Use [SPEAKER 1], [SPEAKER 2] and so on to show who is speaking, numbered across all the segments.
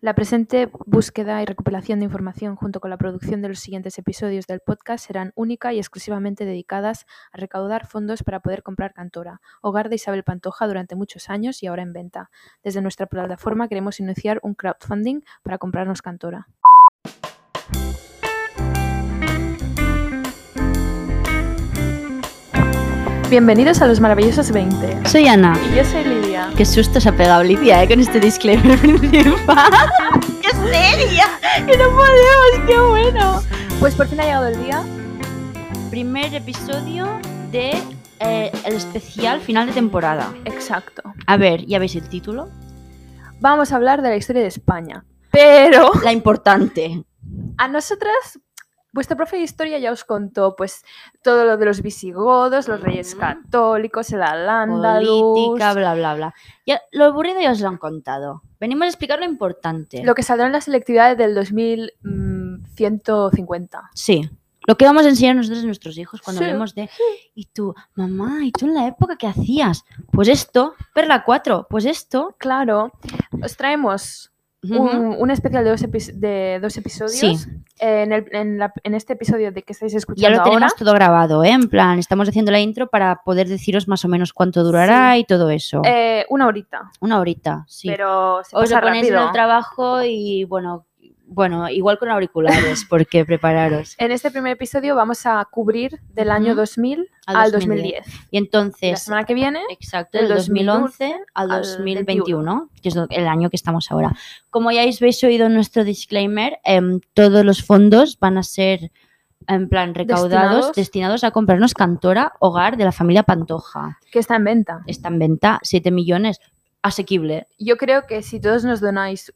[SPEAKER 1] La presente búsqueda y recopilación de información junto con la producción de los siguientes episodios del podcast serán única y exclusivamente dedicadas a recaudar fondos para poder comprar Cantora, hogar de Isabel Pantoja durante muchos años y ahora en venta. Desde nuestra plataforma queremos iniciar un crowdfunding para comprarnos Cantora. Bienvenidos a los maravillosos 20.
[SPEAKER 2] Soy Ana.
[SPEAKER 1] Y yo soy Lidia.
[SPEAKER 2] Qué susto se ha pegado Lidia, ¿eh? Con este disclaimer principal. ¡Qué seria! ¡Que no podemos! ¡Qué bueno!
[SPEAKER 1] Pues por fin ha llegado el día.
[SPEAKER 2] Primer episodio de eh, el especial final de temporada.
[SPEAKER 1] Exacto.
[SPEAKER 2] A ver, ¿ya veis el título?
[SPEAKER 1] Vamos a hablar de la historia de España. Pero
[SPEAKER 2] La importante.
[SPEAKER 1] a nosotras, vuestra profe de historia ya os contó pues todo lo de los visigodos, los reyes
[SPEAKER 2] Ujú.
[SPEAKER 1] católicos, el al-Ándalus,
[SPEAKER 2] Mm. Política, bla, bla, bla. Ya, lo aburrido ya os lo han contado. Venimos a explicar lo importante.
[SPEAKER 1] lo que saldrá en las selectividades del mm, 2150.
[SPEAKER 2] Sí. Lo que vamos a enseñar nosotros a nuestros hijos cuando
[SPEAKER 1] Sí.
[SPEAKER 2] hablemos de. Y tú, mamá, ¿y tú en la época qué hacías? Pues esto, Perla 4, pues esto.
[SPEAKER 1] Claro, os traemos un, un especial de dos, epi- de dos episodios.
[SPEAKER 2] Sí.
[SPEAKER 1] Eh, en, el- en la- en este episodio de que estáis
[SPEAKER 2] Ya
[SPEAKER 1] escuchando
[SPEAKER 2] lo
[SPEAKER 1] ahora.
[SPEAKER 2] tenemos todo grabado, ¿eh? En plan, estamos haciendo la intro para poder deciros más o menos cuánto durará y todo eso.
[SPEAKER 1] eh, una horita,
[SPEAKER 2] una horita, sí.
[SPEAKER 1] pero se
[SPEAKER 2] Os lo
[SPEAKER 1] pasa
[SPEAKER 2] ponéis
[SPEAKER 1] rápido.
[SPEAKER 2] en el trabajo y bueno, bueno, igual con auriculares, porque prepararos.
[SPEAKER 1] En este primer episodio vamos a cubrir del año
[SPEAKER 2] Ujú.
[SPEAKER 1] 2000
[SPEAKER 2] Al
[SPEAKER 1] al,
[SPEAKER 2] 2010.
[SPEAKER 1] 2010.
[SPEAKER 2] Y
[SPEAKER 1] La
[SPEAKER 2] entonces,
[SPEAKER 1] semana que viene,
[SPEAKER 2] exacto,
[SPEAKER 1] del
[SPEAKER 2] del 2011 al
[SPEAKER 1] al
[SPEAKER 2] 2021, que es lo- el año que estamos ahora. Como ya habéis oído en nuestro disclaimer, em, todos los fondos van a ser en plan recaudados,
[SPEAKER 1] Destinados.
[SPEAKER 2] destinados a comprarnos Cantora, hogar de la familia Pantoja.
[SPEAKER 1] que está en venta.
[SPEAKER 2] está en venta, 7 millones, asequible.
[SPEAKER 1] Yo creo que si todos nos donáis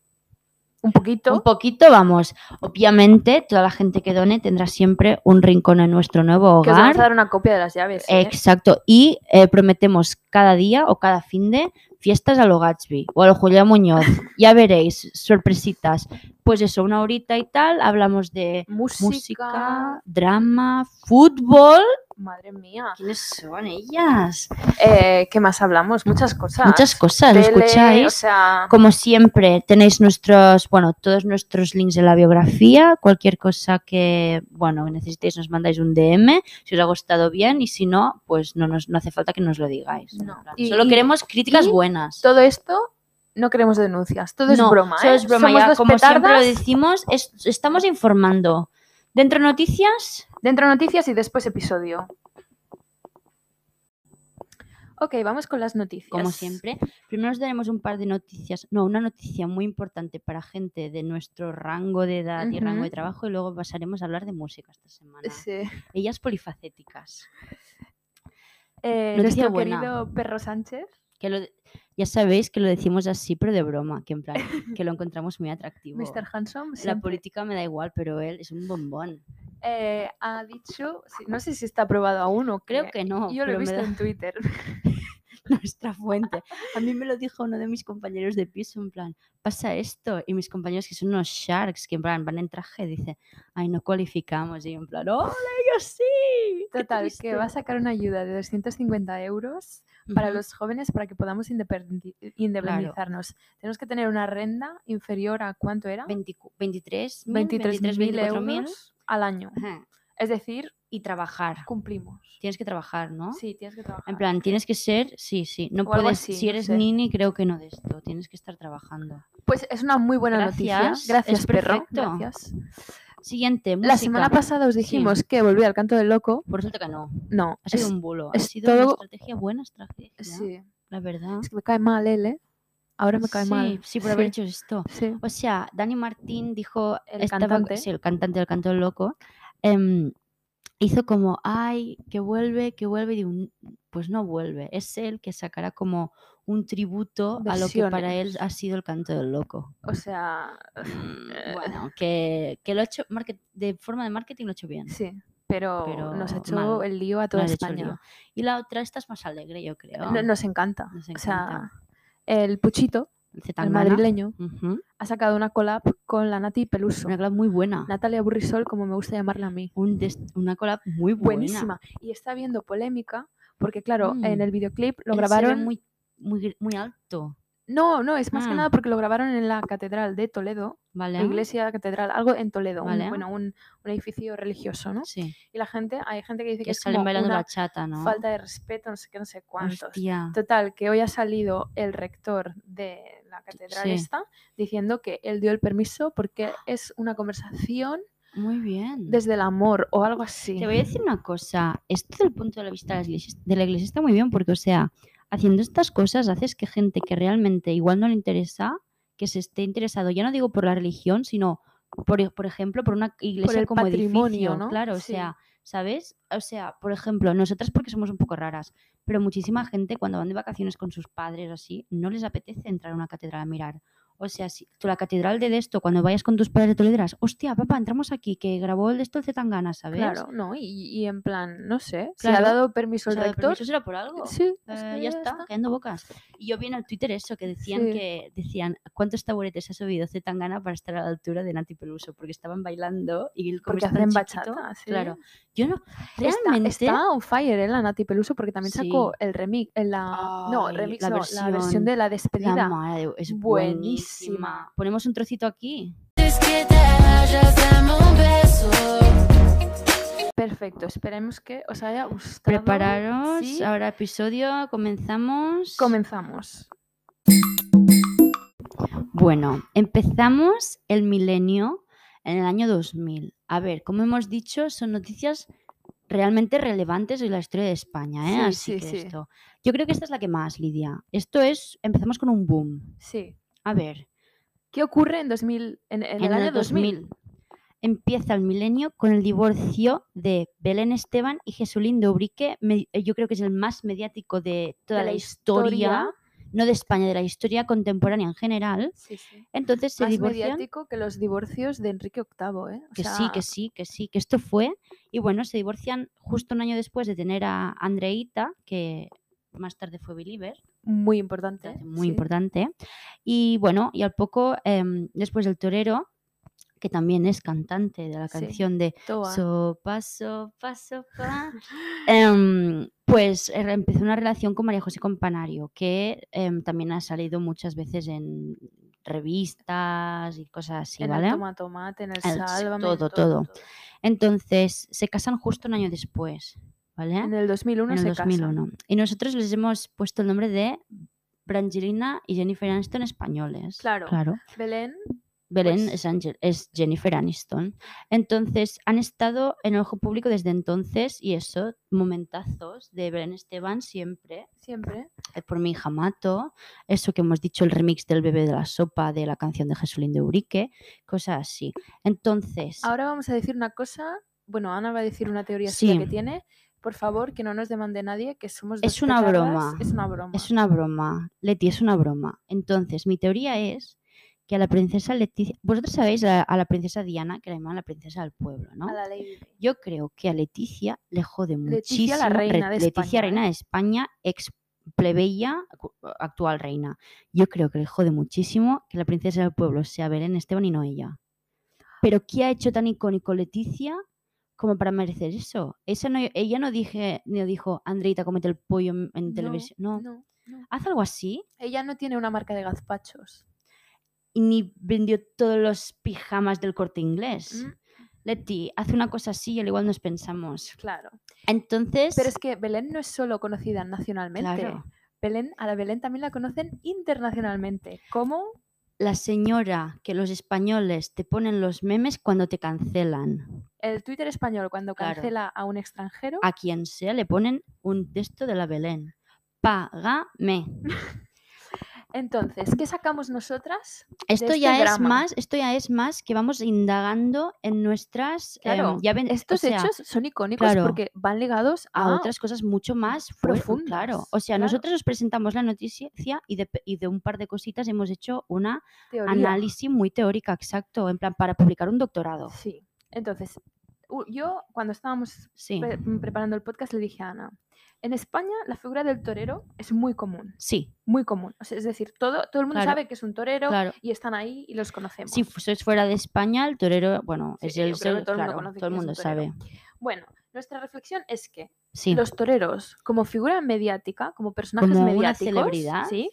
[SPEAKER 1] un poquito,
[SPEAKER 2] Un poquito, vamos. Obviamente, toda la gente que done tendrá siempre un rincón en nuestro nuevo
[SPEAKER 1] que os vamos a
[SPEAKER 2] hogar.
[SPEAKER 1] dar una copia de las llaves. ¿eh?
[SPEAKER 2] Exacto. Y eh, prometemos cada día o cada fin de fiestas a lo Gatsby o a lo Julián Muñoz. ya veréis, sorpresitas. Pues eso, una horita y tal, hablamos de
[SPEAKER 1] Música,
[SPEAKER 2] música, drama, fútbol.
[SPEAKER 1] madre mía.
[SPEAKER 2] ¿Quiénes son ellas?
[SPEAKER 1] Eh, ¿Qué más hablamos? Muchas cosas.
[SPEAKER 2] Muchas cosas, ¿lo
[SPEAKER 1] Tele,
[SPEAKER 2] escucháis?
[SPEAKER 1] O sea,
[SPEAKER 2] Como siempre, tenéis nuestros, bueno, todos nuestros links en la biografía. Cualquier cosa que, bueno, necesitéis, nos mandáis un DM, si os ha gustado bien, y si no, pues no, nos, no hace falta que nos lo digáis.
[SPEAKER 1] No.
[SPEAKER 2] En plan,
[SPEAKER 1] Y-
[SPEAKER 2] Solo
[SPEAKER 1] y-
[SPEAKER 2] queremos críticas
[SPEAKER 1] y
[SPEAKER 2] buenas.
[SPEAKER 1] todo esto no queremos denuncias. Todo
[SPEAKER 2] No,
[SPEAKER 1] es broma.
[SPEAKER 2] solo
[SPEAKER 1] ¿eh?
[SPEAKER 2] es broma,
[SPEAKER 1] Somos
[SPEAKER 2] ya,
[SPEAKER 1] dos
[SPEAKER 2] como siempre lo
[SPEAKER 1] petardas,
[SPEAKER 2] decimos, es- estamos informando. Dentro noticias,
[SPEAKER 1] Dentro noticias y después episodio. Ok, vamos con las noticias.
[SPEAKER 2] como siempre, primero os daremos un par de noticias, no, una noticia muy importante para gente de nuestro rango de edad y rango de
[SPEAKER 1] Ujú.
[SPEAKER 2] trabajo, y luego pasaremos a hablar de música esta semana.
[SPEAKER 1] Sí.
[SPEAKER 2] Ellas polifacéticas.
[SPEAKER 1] Eh,
[SPEAKER 2] Noticia
[SPEAKER 1] nuestro
[SPEAKER 2] buena.
[SPEAKER 1] querido perro Sánchez.
[SPEAKER 2] Que lo de- ya sabéis que lo decimos así, pero de broma, que en plan, que lo encontramos muy atractivo.
[SPEAKER 1] Mr. Handsome
[SPEAKER 2] La
[SPEAKER 1] siempre,
[SPEAKER 2] política me da igual, pero él es un bombón.
[SPEAKER 1] eh, ha dicho, si- no sé si está aprobado aún o
[SPEAKER 2] Creo
[SPEAKER 1] qué,
[SPEAKER 2] que no.
[SPEAKER 1] Eh, Yo lo he
[SPEAKER 2] pero me
[SPEAKER 1] visto
[SPEAKER 2] da
[SPEAKER 1] en Twitter.
[SPEAKER 2] nuestra fuente. A mí me lo dijo uno de mis compañeros de piso, en plan, pasa esto. Y mis compañeros que son unos sharks, que en plan van en traje, dice, ay, no cualificamos. Y yo en plan, ¡ole, yo sí! qué
[SPEAKER 1] Total, que va a
[SPEAKER 2] triste".
[SPEAKER 1] sacar una ayuda de 250 euros para
[SPEAKER 2] Ujú.
[SPEAKER 1] los jóvenes para que podamos independi- independizarnos. Tenemos que tener una renta inferior a cuánto era?
[SPEAKER 2] 24 23,
[SPEAKER 1] 23.000 euros al año. Es decir,
[SPEAKER 2] Y trabajar.
[SPEAKER 1] cumplimos.
[SPEAKER 2] Tienes que trabajar, ¿no?
[SPEAKER 1] Sí, tienes que trabajar.
[SPEAKER 2] En plan, tienes que ser, sí, sí. No
[SPEAKER 1] Ah, O algo
[SPEAKER 2] puedes,
[SPEAKER 1] así,
[SPEAKER 2] si
[SPEAKER 1] no
[SPEAKER 2] eres
[SPEAKER 1] sé.
[SPEAKER 2] nini, creo que no de esto. Tienes que estar trabajando.
[SPEAKER 1] Pues es una muy buena
[SPEAKER 2] Gracias,
[SPEAKER 1] noticia. Gracias,
[SPEAKER 2] es
[SPEAKER 1] perro.
[SPEAKER 2] perfecto.
[SPEAKER 1] Gracias.
[SPEAKER 2] Siguiente, música.
[SPEAKER 1] La semana pasada os dijimos que volví al canto del loco.
[SPEAKER 2] Por suerte que no.
[SPEAKER 1] No,
[SPEAKER 2] Ha sido
[SPEAKER 1] es-
[SPEAKER 2] un bulo. Ha
[SPEAKER 1] es
[SPEAKER 2] sido una
[SPEAKER 1] todo-
[SPEAKER 2] estrategia buena, estrategia.
[SPEAKER 1] sí.
[SPEAKER 2] La verdad.
[SPEAKER 1] Es que me cae mal él, ¿eh? Ahora me cae
[SPEAKER 2] sí,
[SPEAKER 1] mal.
[SPEAKER 2] sí, por haber hecho esto.
[SPEAKER 1] sí.
[SPEAKER 2] O sea, Dani Martín dijo,
[SPEAKER 1] El
[SPEAKER 2] estaba-
[SPEAKER 1] cantante.
[SPEAKER 2] sí, el cantante del canto del loco, em, hizo como, ay, que vuelve, que vuelve, y digo, "N- pues no vuelve, es él que sacará como un tributo a lo que para él
[SPEAKER 1] Versiones.
[SPEAKER 2] ha sido el canto del loco.
[SPEAKER 1] O sea,
[SPEAKER 2] Mm,
[SPEAKER 1] Eh.
[SPEAKER 2] bueno, que, que lo ha hecho market- de forma de marketing lo ha hecho bien.
[SPEAKER 1] sí, pero,
[SPEAKER 2] Pero
[SPEAKER 1] nos ha hecho
[SPEAKER 2] mal,
[SPEAKER 1] el lío a
[SPEAKER 2] no
[SPEAKER 1] toda
[SPEAKER 2] has hecho lío.
[SPEAKER 1] España.
[SPEAKER 2] Y la otra, esta es más alegre, yo creo.
[SPEAKER 1] No- Nos encanta.
[SPEAKER 2] Nos
[SPEAKER 1] o sea, el Puchito,
[SPEAKER 2] Z
[SPEAKER 1] el
[SPEAKER 2] Tangana.
[SPEAKER 1] madrileño,
[SPEAKER 2] Ujú,
[SPEAKER 1] ha sacado una collab con la Nati Peluso.
[SPEAKER 2] Una collab muy buena.
[SPEAKER 1] Natalia Burrisol, como me gusta llamarla a mí.
[SPEAKER 2] Un des- una collab muy buena.
[SPEAKER 1] Buenísima. Y está habiendo polémica porque, claro,
[SPEAKER 2] Mm.
[SPEAKER 1] en el videoclip lo
[SPEAKER 2] Él se ve
[SPEAKER 1] grabaron.
[SPEAKER 2] muy, muy, gr- muy alto.
[SPEAKER 1] No, no, es más que
[SPEAKER 2] Ah.
[SPEAKER 1] nada porque lo grabaron en la catedral de Toledo,
[SPEAKER 2] ¿Vale?
[SPEAKER 1] la iglesia catedral, algo en Toledo, un-
[SPEAKER 2] Vale.
[SPEAKER 1] bueno, un, un edificio religioso, ¿no?
[SPEAKER 2] Sí.
[SPEAKER 1] Y la gente, hay gente que dice que,
[SPEAKER 2] Que
[SPEAKER 1] es como
[SPEAKER 2] salen bailando
[SPEAKER 1] una
[SPEAKER 2] la chata, ¿no?
[SPEAKER 1] falta de respeto, no sé qué, no sé cuántos.
[SPEAKER 2] Hostia.
[SPEAKER 1] Total, que hoy ha salido el rector de la catedral
[SPEAKER 2] Sí.
[SPEAKER 1] esta diciendo que él dio el permiso porque es una conversación
[SPEAKER 2] Muy bien.
[SPEAKER 1] desde el amor o algo así.
[SPEAKER 2] Te voy a decir una cosa. Esto del punto de vista de la iglesia, de la iglesia está muy bien porque, o sea, haciendo estas cosas haces que gente que realmente igual no le interesa, que se esté interesado, ya no digo por la religión, sino por, e- por ejemplo, por una iglesia
[SPEAKER 1] el
[SPEAKER 2] como
[SPEAKER 1] patrimonio,
[SPEAKER 2] edificio,
[SPEAKER 1] ¿no?
[SPEAKER 2] Claro, o
[SPEAKER 1] Sí.
[SPEAKER 2] sea, ¿sabes? O sea, por ejemplo, nosotras porque somos un poco raras, pero muchísima gente cuando van de vacaciones con sus padres o así, no les apetece entrar a una catedral a mirar. O sea, si tú la catedral de esto, cuando vayas con tus padres de Toledo, dirás, hostia, papá, entramos aquí, que grabó el de esto el Zetangana, ¿sabes?
[SPEAKER 1] Claro, no, y, y en plan, no sé, si ha
[SPEAKER 2] Claro.
[SPEAKER 1] dado permiso
[SPEAKER 2] O
[SPEAKER 1] el
[SPEAKER 2] sea,
[SPEAKER 1] rector.
[SPEAKER 2] permiso será por algo.
[SPEAKER 1] Sí,
[SPEAKER 2] Eh,
[SPEAKER 1] es que
[SPEAKER 2] ya está, cayendo bocas. Y yo vi en el Twitter eso, que decían
[SPEAKER 1] Sí.
[SPEAKER 2] que decían cuántos taburetes ha subido Zetangana para estar a la altura de Nati Peluso, porque estaban bailando y él como
[SPEAKER 1] Porque
[SPEAKER 2] es tan
[SPEAKER 1] hacen
[SPEAKER 2] chiquito,
[SPEAKER 1] bachata, sí.
[SPEAKER 2] Claro. Yo no
[SPEAKER 1] Está-
[SPEAKER 2] realmente
[SPEAKER 1] Está, on fire, ¿eh? La Nati Peluso, porque también sacó
[SPEAKER 2] Sí.
[SPEAKER 1] el remix, eh, la, no,
[SPEAKER 2] Ay,
[SPEAKER 1] remix,
[SPEAKER 2] la
[SPEAKER 1] no, la versión
[SPEAKER 2] versión,
[SPEAKER 1] de La
[SPEAKER 2] la
[SPEAKER 1] Despedida.
[SPEAKER 2] madre, es buenísima.
[SPEAKER 1] buenísima.
[SPEAKER 2] Ponemos un trocito aquí.
[SPEAKER 1] Perfecto, esperemos que os haya gustado.
[SPEAKER 2] Prepararos,
[SPEAKER 1] Sí,
[SPEAKER 2] ahora episodio, comenzamos.
[SPEAKER 1] comenzamos.
[SPEAKER 2] Bueno, empezamos el milenio en el año 2000. A ver, como hemos dicho, son noticias realmente relevantes de la historia de España, ¿eh?
[SPEAKER 1] Sí,
[SPEAKER 2] Así
[SPEAKER 1] sí,
[SPEAKER 2] que
[SPEAKER 1] sí.
[SPEAKER 2] esto. Yo creo que esta es la que más, Lidia. Esto es, empezamos con un boom.
[SPEAKER 1] Sí.
[SPEAKER 2] A ver,
[SPEAKER 1] ¿Qué ocurre en 2000 en, en el año 2000?
[SPEAKER 2] empieza el milenio con el divorcio de Belén Esteban y Jesulín de Ubrique. me- eh, yo creo que es el más mediático de toda
[SPEAKER 1] de
[SPEAKER 2] la, historia, no de España, de la historia contemporánea en general.
[SPEAKER 1] Sí, sí.
[SPEAKER 2] Entonces se
[SPEAKER 1] Más
[SPEAKER 2] divorcian.
[SPEAKER 1] mediático que los divorcios de Enrique VIII, ¿eh? O
[SPEAKER 2] Que
[SPEAKER 1] sea,
[SPEAKER 2] sí, que sí, que sí, que esto fue. Y bueno, se divorcian justo un año después de tener a Andreita, que más tarde fue Believer,
[SPEAKER 1] Muy importante.
[SPEAKER 2] muy
[SPEAKER 1] sí.
[SPEAKER 2] importante. Y bueno, y al poco, em, después del torero, que también es cantante de la
[SPEAKER 1] Sí.
[SPEAKER 2] canción de
[SPEAKER 1] Toa.
[SPEAKER 2] Sopa, sopa, sopa, em, pues eh, empezó una relación con María José Companario, que em, también ha salido muchas veces en revistas y cosas así,
[SPEAKER 1] en
[SPEAKER 2] ¿vale?
[SPEAKER 1] el toma tomate, en el,
[SPEAKER 2] El- sí,
[SPEAKER 1] sálvame, en
[SPEAKER 2] todo, todo. Entonces, se casan justo un año después, ¿vale?
[SPEAKER 1] En el 2001
[SPEAKER 2] En el
[SPEAKER 1] se
[SPEAKER 2] 2001. Y nosotros les hemos puesto el nombre de Brangelina y Jennifer Aniston españoles.
[SPEAKER 1] Claro.
[SPEAKER 2] Claro.
[SPEAKER 1] casan. Belén,
[SPEAKER 2] Belén
[SPEAKER 1] Pues-
[SPEAKER 2] es, Ange- es Jennifer Aniston. Entonces, han estado en el ojo público desde entonces y eso, momentazos de Belén Esteban siempre.
[SPEAKER 1] siempre.
[SPEAKER 2] eh, Por mi hija Mato, eso que hemos dicho, el remix del bebé de la sopa de la canción de Jesulín de Urique, cosas así. Entonces,
[SPEAKER 1] Ahora vamos a decir una cosa. Bueno, Ana va a decir una teoría
[SPEAKER 2] Sí.
[SPEAKER 1] suya que tiene. Por favor, que no nos demande nadie, que somos dos
[SPEAKER 2] Es una
[SPEAKER 1] petardas.
[SPEAKER 2] broma.
[SPEAKER 1] Es una broma.
[SPEAKER 2] Es una broma, Leti, es una broma. Entonces, mi teoría es que a la princesa Leticia, vosotros sabéis a, a la princesa Diana, que la llaman la princesa del pueblo, ¿no?
[SPEAKER 1] A la Lady Di.
[SPEAKER 2] Yo creo que a Leticia le jode
[SPEAKER 1] Leticia,
[SPEAKER 2] muchísimo.
[SPEAKER 1] la reina
[SPEAKER 2] Re-
[SPEAKER 1] de
[SPEAKER 2] Leticia,
[SPEAKER 1] España,
[SPEAKER 2] reina
[SPEAKER 1] ¿eh?
[SPEAKER 2] de España, ex plebeya, cu- actual reina. Yo creo que le jode muchísimo que la princesa del pueblo sea Belén Esteban y no ella. Pero ¿qué ha hecho tan icónico Leticia como para merecer eso? Esa no- ella no, dije, no dijo, Andreita, comete el pollo en, en
[SPEAKER 1] No,
[SPEAKER 2] televisión. No.
[SPEAKER 1] No, no.
[SPEAKER 2] Haz algo así
[SPEAKER 1] Ella no tiene una marca de gazpachos.
[SPEAKER 2] y ni vendió todos los pijamas del corte inglés.
[SPEAKER 1] Mm,
[SPEAKER 2] Leti, haz una cosa así y al igual nos pensamos.
[SPEAKER 1] Claro.
[SPEAKER 2] Entonces...
[SPEAKER 1] Pero es que Belén no es solo conocida nacionalmente.
[SPEAKER 2] Claro.
[SPEAKER 1] Belén, a la Belén también la conocen internacionalmente. ¿Cómo?
[SPEAKER 2] la señora que los españoles te ponen los memes cuando te cancelan.
[SPEAKER 1] El Twitter español cuando
[SPEAKER 2] Claro. Ah.
[SPEAKER 1] cancela a un extranjero.
[SPEAKER 2] A quien sea le ponen un texto de la Belén. Págame.
[SPEAKER 1] Mm, Entonces, ¿qué sacamos nosotras?
[SPEAKER 2] Esto
[SPEAKER 1] este
[SPEAKER 2] ya es
[SPEAKER 1] drama.
[SPEAKER 2] más, esto ya es más que vamos indagando en nuestras em,
[SPEAKER 1] Claro,
[SPEAKER 2] ya ven- o
[SPEAKER 1] Estos
[SPEAKER 2] sea,
[SPEAKER 1] hechos son icónicos
[SPEAKER 2] claro,
[SPEAKER 1] porque van ligados
[SPEAKER 2] a
[SPEAKER 1] a,
[SPEAKER 2] otras cosas mucho más profundas. Claro. O
[SPEAKER 1] Ah, profundas,
[SPEAKER 2] sea,
[SPEAKER 1] claro.
[SPEAKER 2] nosotros os presentamos la noticia y de, y de un par de cositas hemos hecho una
[SPEAKER 1] teoría.
[SPEAKER 2] análisis muy teórica, exacto, en plan para publicar un doctorado.
[SPEAKER 1] Sí. Entonces, u- yo cuando estábamos
[SPEAKER 2] Sí.
[SPEAKER 1] pre- mm, preparando el podcast le dije a Ana, en España la figura del torero es muy común,
[SPEAKER 2] Sí,
[SPEAKER 1] muy común. O sea, es decir, todo, todo el mundo
[SPEAKER 2] Claro,
[SPEAKER 1] sabe que es un torero
[SPEAKER 2] claro.
[SPEAKER 1] y están ahí y los conocemos.
[SPEAKER 2] Si fu- sois fuera de España, el torero, bueno,
[SPEAKER 1] Sí,
[SPEAKER 2] es
[SPEAKER 1] yo
[SPEAKER 2] el,
[SPEAKER 1] creo que
[SPEAKER 2] sol-
[SPEAKER 1] todo el mundo
[SPEAKER 2] claro,
[SPEAKER 1] conoce
[SPEAKER 2] todo el
[SPEAKER 1] quién es un
[SPEAKER 2] mundo
[SPEAKER 1] torero.
[SPEAKER 2] sabe.
[SPEAKER 1] Bueno, nuestra reflexión es que
[SPEAKER 2] Sí,
[SPEAKER 1] los toreros como figura mediática, como personajes
[SPEAKER 2] Como una
[SPEAKER 1] mediáticos,
[SPEAKER 2] celebridad.
[SPEAKER 1] ¿sí?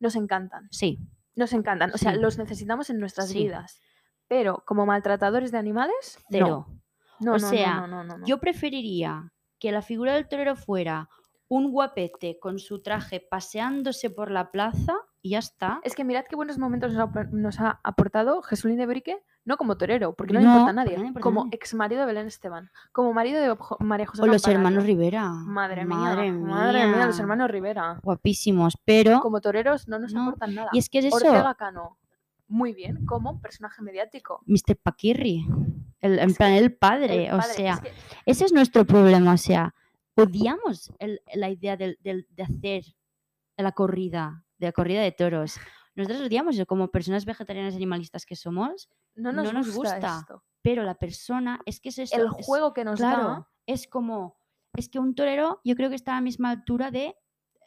[SPEAKER 1] nos encantan.
[SPEAKER 2] Sí,
[SPEAKER 1] Nos encantan. O sea,
[SPEAKER 2] Sí.
[SPEAKER 1] los necesitamos en nuestras
[SPEAKER 2] Sí.
[SPEAKER 1] vidas. Pero como maltratadores de animales, no.
[SPEAKER 2] cero.
[SPEAKER 1] No, no,
[SPEAKER 2] O
[SPEAKER 1] no,
[SPEAKER 2] sea,
[SPEAKER 1] no, no, no, no.
[SPEAKER 2] Yo preferiría que la figura del torero fuera un guapete con su traje paseándose por la plaza y ya está.
[SPEAKER 1] Es que mirad qué buenos momentos nos ha, apor- nos ha aportado Jesulín de Brique, no como torero, porque no, le importa a
[SPEAKER 2] No,
[SPEAKER 1] nadie,
[SPEAKER 2] no le importa a
[SPEAKER 1] como
[SPEAKER 2] nadie.
[SPEAKER 1] ex marido de Belén Esteban, como marido de Jo- María José
[SPEAKER 2] O los
[SPEAKER 1] Campana.
[SPEAKER 2] hermanos Rivera.
[SPEAKER 1] Madre mía, madre mía, los hermanos Rivera.
[SPEAKER 2] Guapísimos, pero...
[SPEAKER 1] Como toreros no nos
[SPEAKER 2] No,
[SPEAKER 1] aportan nada.
[SPEAKER 2] Y es que es eso,
[SPEAKER 1] Ortega Cano, muy bien, como personaje mediático.
[SPEAKER 2] Mr. Paquirri. El, en
[SPEAKER 1] Es que
[SPEAKER 2] plan, el
[SPEAKER 1] El
[SPEAKER 2] padre, o
[SPEAKER 1] padre, es
[SPEAKER 2] sea,
[SPEAKER 1] que-
[SPEAKER 2] ese es nuestro problema, o sea, odiamos el- la idea del- del- de hacer la corrida, de la corrida de toros. Nosotros odiamos eso como personas vegetarianas y animalistas que somos,
[SPEAKER 1] no nos,
[SPEAKER 2] no nos gusta.
[SPEAKER 1] esto.
[SPEAKER 2] pero la persona es que es eso,
[SPEAKER 1] El
[SPEAKER 2] es-
[SPEAKER 1] juego que nos
[SPEAKER 2] claro,
[SPEAKER 1] da.
[SPEAKER 2] es como, es que un torero yo creo que está a la misma altura de,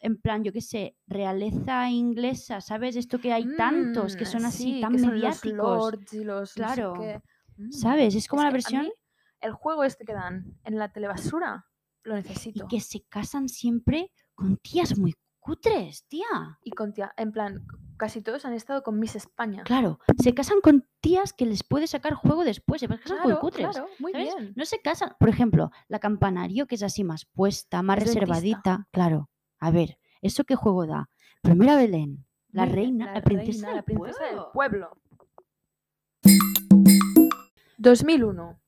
[SPEAKER 2] en plan, yo qué sé, realeza inglesa, ¿sabes? Esto que hay tantos que
[SPEAKER 1] mm,
[SPEAKER 2] son así,
[SPEAKER 1] sí,
[SPEAKER 2] tan
[SPEAKER 1] que son
[SPEAKER 2] mediáticos.
[SPEAKER 1] Los lords y los no sé
[SPEAKER 2] Claro.
[SPEAKER 1] qué. Mm.
[SPEAKER 2] ¿Sabes? Es como
[SPEAKER 1] Es
[SPEAKER 2] la
[SPEAKER 1] que a
[SPEAKER 2] versión
[SPEAKER 1] mí, el juego este que dan en la telebasura, lo
[SPEAKER 2] y
[SPEAKER 1] necesito.
[SPEAKER 2] que se casan siempre con tías muy cutres, tía.
[SPEAKER 1] Y con tía- en plan, casi todos han estado con Miss España.
[SPEAKER 2] Claro, se casan con tías que les puede sacar juego después, se casan con
[SPEAKER 1] Claro,
[SPEAKER 2] cutres.
[SPEAKER 1] claro, muy
[SPEAKER 2] ¿sabes?
[SPEAKER 1] bien.
[SPEAKER 2] No se casan, por ejemplo, la campanario que es así más puesta, más
[SPEAKER 1] Es dentista.
[SPEAKER 2] reservadita, claro. A ver, ¿eso qué juego da? Primera Belén, la
[SPEAKER 1] Muy bien,
[SPEAKER 2] reina, la, princesa,
[SPEAKER 1] reina,
[SPEAKER 2] del
[SPEAKER 1] la princesa del
[SPEAKER 2] pueblo.
[SPEAKER 1] pueblo. 2001.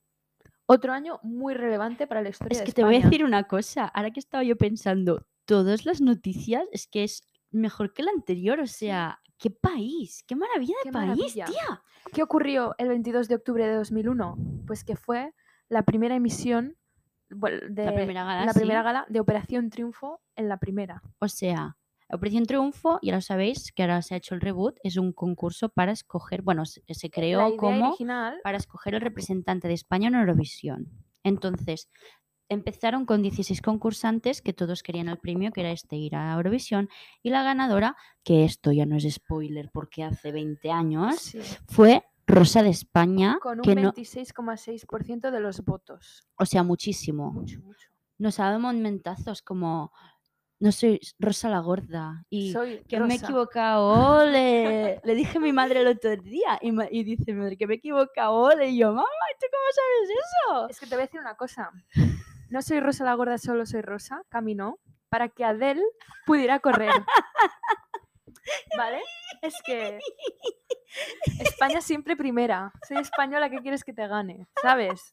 [SPEAKER 1] Otro año muy relevante para la historia
[SPEAKER 2] Es
[SPEAKER 1] de
[SPEAKER 2] que te voy a
[SPEAKER 1] España.
[SPEAKER 2] decir una cosa, ahora que estaba yo pensando, todas las noticias es que es mejor que la anterior, o sea, qué país, qué maravilla de
[SPEAKER 1] Qué
[SPEAKER 2] país,
[SPEAKER 1] maravilla.
[SPEAKER 2] tía.
[SPEAKER 1] ¿Qué ocurrió el 22 de octubre de 2001? Pues que fue la primera emisión bueno, de
[SPEAKER 2] la primera gala,
[SPEAKER 1] Eh, la
[SPEAKER 2] sí.
[SPEAKER 1] primera gala de Operación Triunfo en la primera.
[SPEAKER 2] O sea, Operación Triunfo, ya lo sabéis, que ahora se ha hecho el reboot, es un concurso para escoger, bueno, se se
[SPEAKER 1] la
[SPEAKER 2] creó
[SPEAKER 1] idea
[SPEAKER 2] como
[SPEAKER 1] original
[SPEAKER 2] para escoger el representante de España en Eurovisión. Entonces, empezaron con 16 concursantes que todos querían el premio, que era este, ir a Eurovisión, y la ganadora, que esto ya no es spoiler porque hace 20 años,
[SPEAKER 1] sí,
[SPEAKER 2] fue Rosa de España,
[SPEAKER 1] con un
[SPEAKER 2] que no,
[SPEAKER 1] 26,6% de los votos.
[SPEAKER 2] o sea, muchísimo.
[SPEAKER 1] Mucho, mucho.
[SPEAKER 2] Nos ha dado momentazos como, no sé, Rosa la Gorda, y...
[SPEAKER 1] Soy
[SPEAKER 2] Que me he
[SPEAKER 1] Rosa.
[SPEAKER 2] equivocado, ole. Le dije a mi madre el otro día y, ma- y dice, mi madre, que me he equivocado, ole. Y yo, mamá, ¿tú cómo sabes eso?
[SPEAKER 1] Es que te voy a decir una cosa. No soy Rosa la gorda, solo soy Rosa, caminó para que Adele pudiera correr. ¿Vale? Es que España siempre primera. Soy española, ¿qué quieres que te gane? ¿Sabes?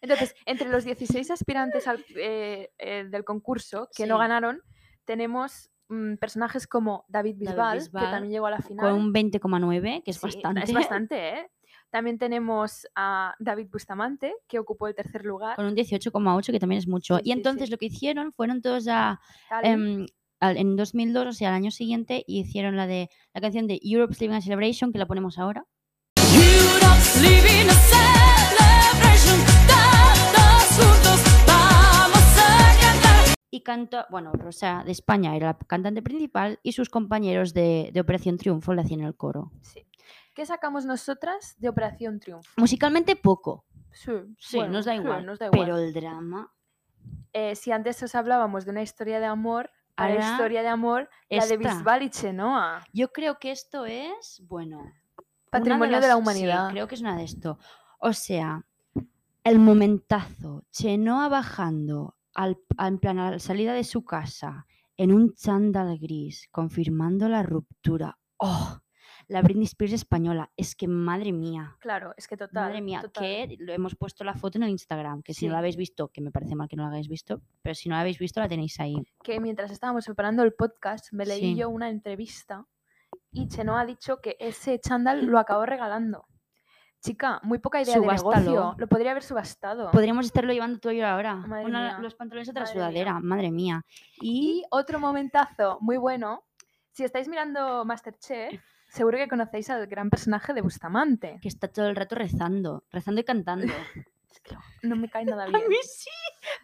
[SPEAKER 1] Entonces, entre los 16 aspirantes al- eh, eh, del concurso que no
[SPEAKER 2] Sí.
[SPEAKER 1] ganaron, tenemos mm, personajes como David
[SPEAKER 2] David
[SPEAKER 1] Bisbal, que
[SPEAKER 2] Bisbal,
[SPEAKER 1] también llegó a la final.
[SPEAKER 2] Con un 20,9, que es
[SPEAKER 1] Sí,
[SPEAKER 2] bastante.
[SPEAKER 1] Es bastante, ¿eh? También tenemos a David Bustamante, que ocupó el tercer lugar.
[SPEAKER 2] Con un 18,8, que también es mucho.
[SPEAKER 1] Sí, sí,
[SPEAKER 2] y entonces
[SPEAKER 1] sí.
[SPEAKER 2] lo que hicieron fueron todos a...
[SPEAKER 1] Tal,
[SPEAKER 2] em, al- en 2002, o sea, al año siguiente, y hicieron la de la canción de Europe's Living a Celebration, que la ponemos ahora.
[SPEAKER 3] Europe's living a celebration. Todos juntos vamos a cantar.
[SPEAKER 2] Y cantó, bueno, Rosa de España era la cantante principal y sus compañeros de, de Operación Triunfo le hacían el coro.
[SPEAKER 1] sí. ¿Qué sacamos nosotras de Operación Triunfo?
[SPEAKER 2] Musicalmente poco,
[SPEAKER 1] Sí,
[SPEAKER 2] Sí,
[SPEAKER 1] bueno,
[SPEAKER 2] nos da
[SPEAKER 1] sí,
[SPEAKER 2] igual.
[SPEAKER 1] nos da
[SPEAKER 2] Pero
[SPEAKER 1] igual.
[SPEAKER 2] el drama
[SPEAKER 1] Eh, si antes os hablábamos de una historia de amor, a la
[SPEAKER 2] Ahora
[SPEAKER 1] historia de amor, la de
[SPEAKER 2] esta.
[SPEAKER 1] Bisbal y Chenoa.
[SPEAKER 2] Yo creo que esto es, bueno, una
[SPEAKER 1] Patrimonio de, la
[SPEAKER 2] las- sí,
[SPEAKER 1] humanidad.
[SPEAKER 2] creo que es una de esto. O sea, el momentazo, Chenoa bajando al, a- en plan a la salida de su casa en un chándal gris, confirmando la ruptura. ¡Oh! La Britney Spears española. Es que madre mía.
[SPEAKER 1] Claro, es que total.
[SPEAKER 2] Madre mía,
[SPEAKER 1] total.
[SPEAKER 2] que lo hemos puesto la foto en el Instagram, que si
[SPEAKER 1] Sí.
[SPEAKER 2] no la habéis visto, que me parece mal que no la habéis visto, pero si no la habéis visto la tenéis ahí.
[SPEAKER 1] que mientras estábamos preparando el podcast me leí
[SPEAKER 2] Sí.
[SPEAKER 1] yo una entrevista y Chenoa ha dicho que ese chándal lo acabó regalando. Chica, muy poca idea de
[SPEAKER 2] Subástalo.
[SPEAKER 1] negocio. Lo podría haber subastado.
[SPEAKER 2] Podríamos estarlo llevando tú y yo ahora.
[SPEAKER 1] Madre
[SPEAKER 2] Una-
[SPEAKER 1] mía,
[SPEAKER 2] los pantalones otra
[SPEAKER 1] madre mía.
[SPEAKER 2] sudadera, madre mía. Y,
[SPEAKER 1] Y otro momentazo muy bueno. Si estáis mirando Masterchef, seguro que conocéis al gran personaje de Bustamante.
[SPEAKER 2] que está todo el rato rezando, rezando y cantando.
[SPEAKER 1] Es que no me cae nada bien.
[SPEAKER 2] sí,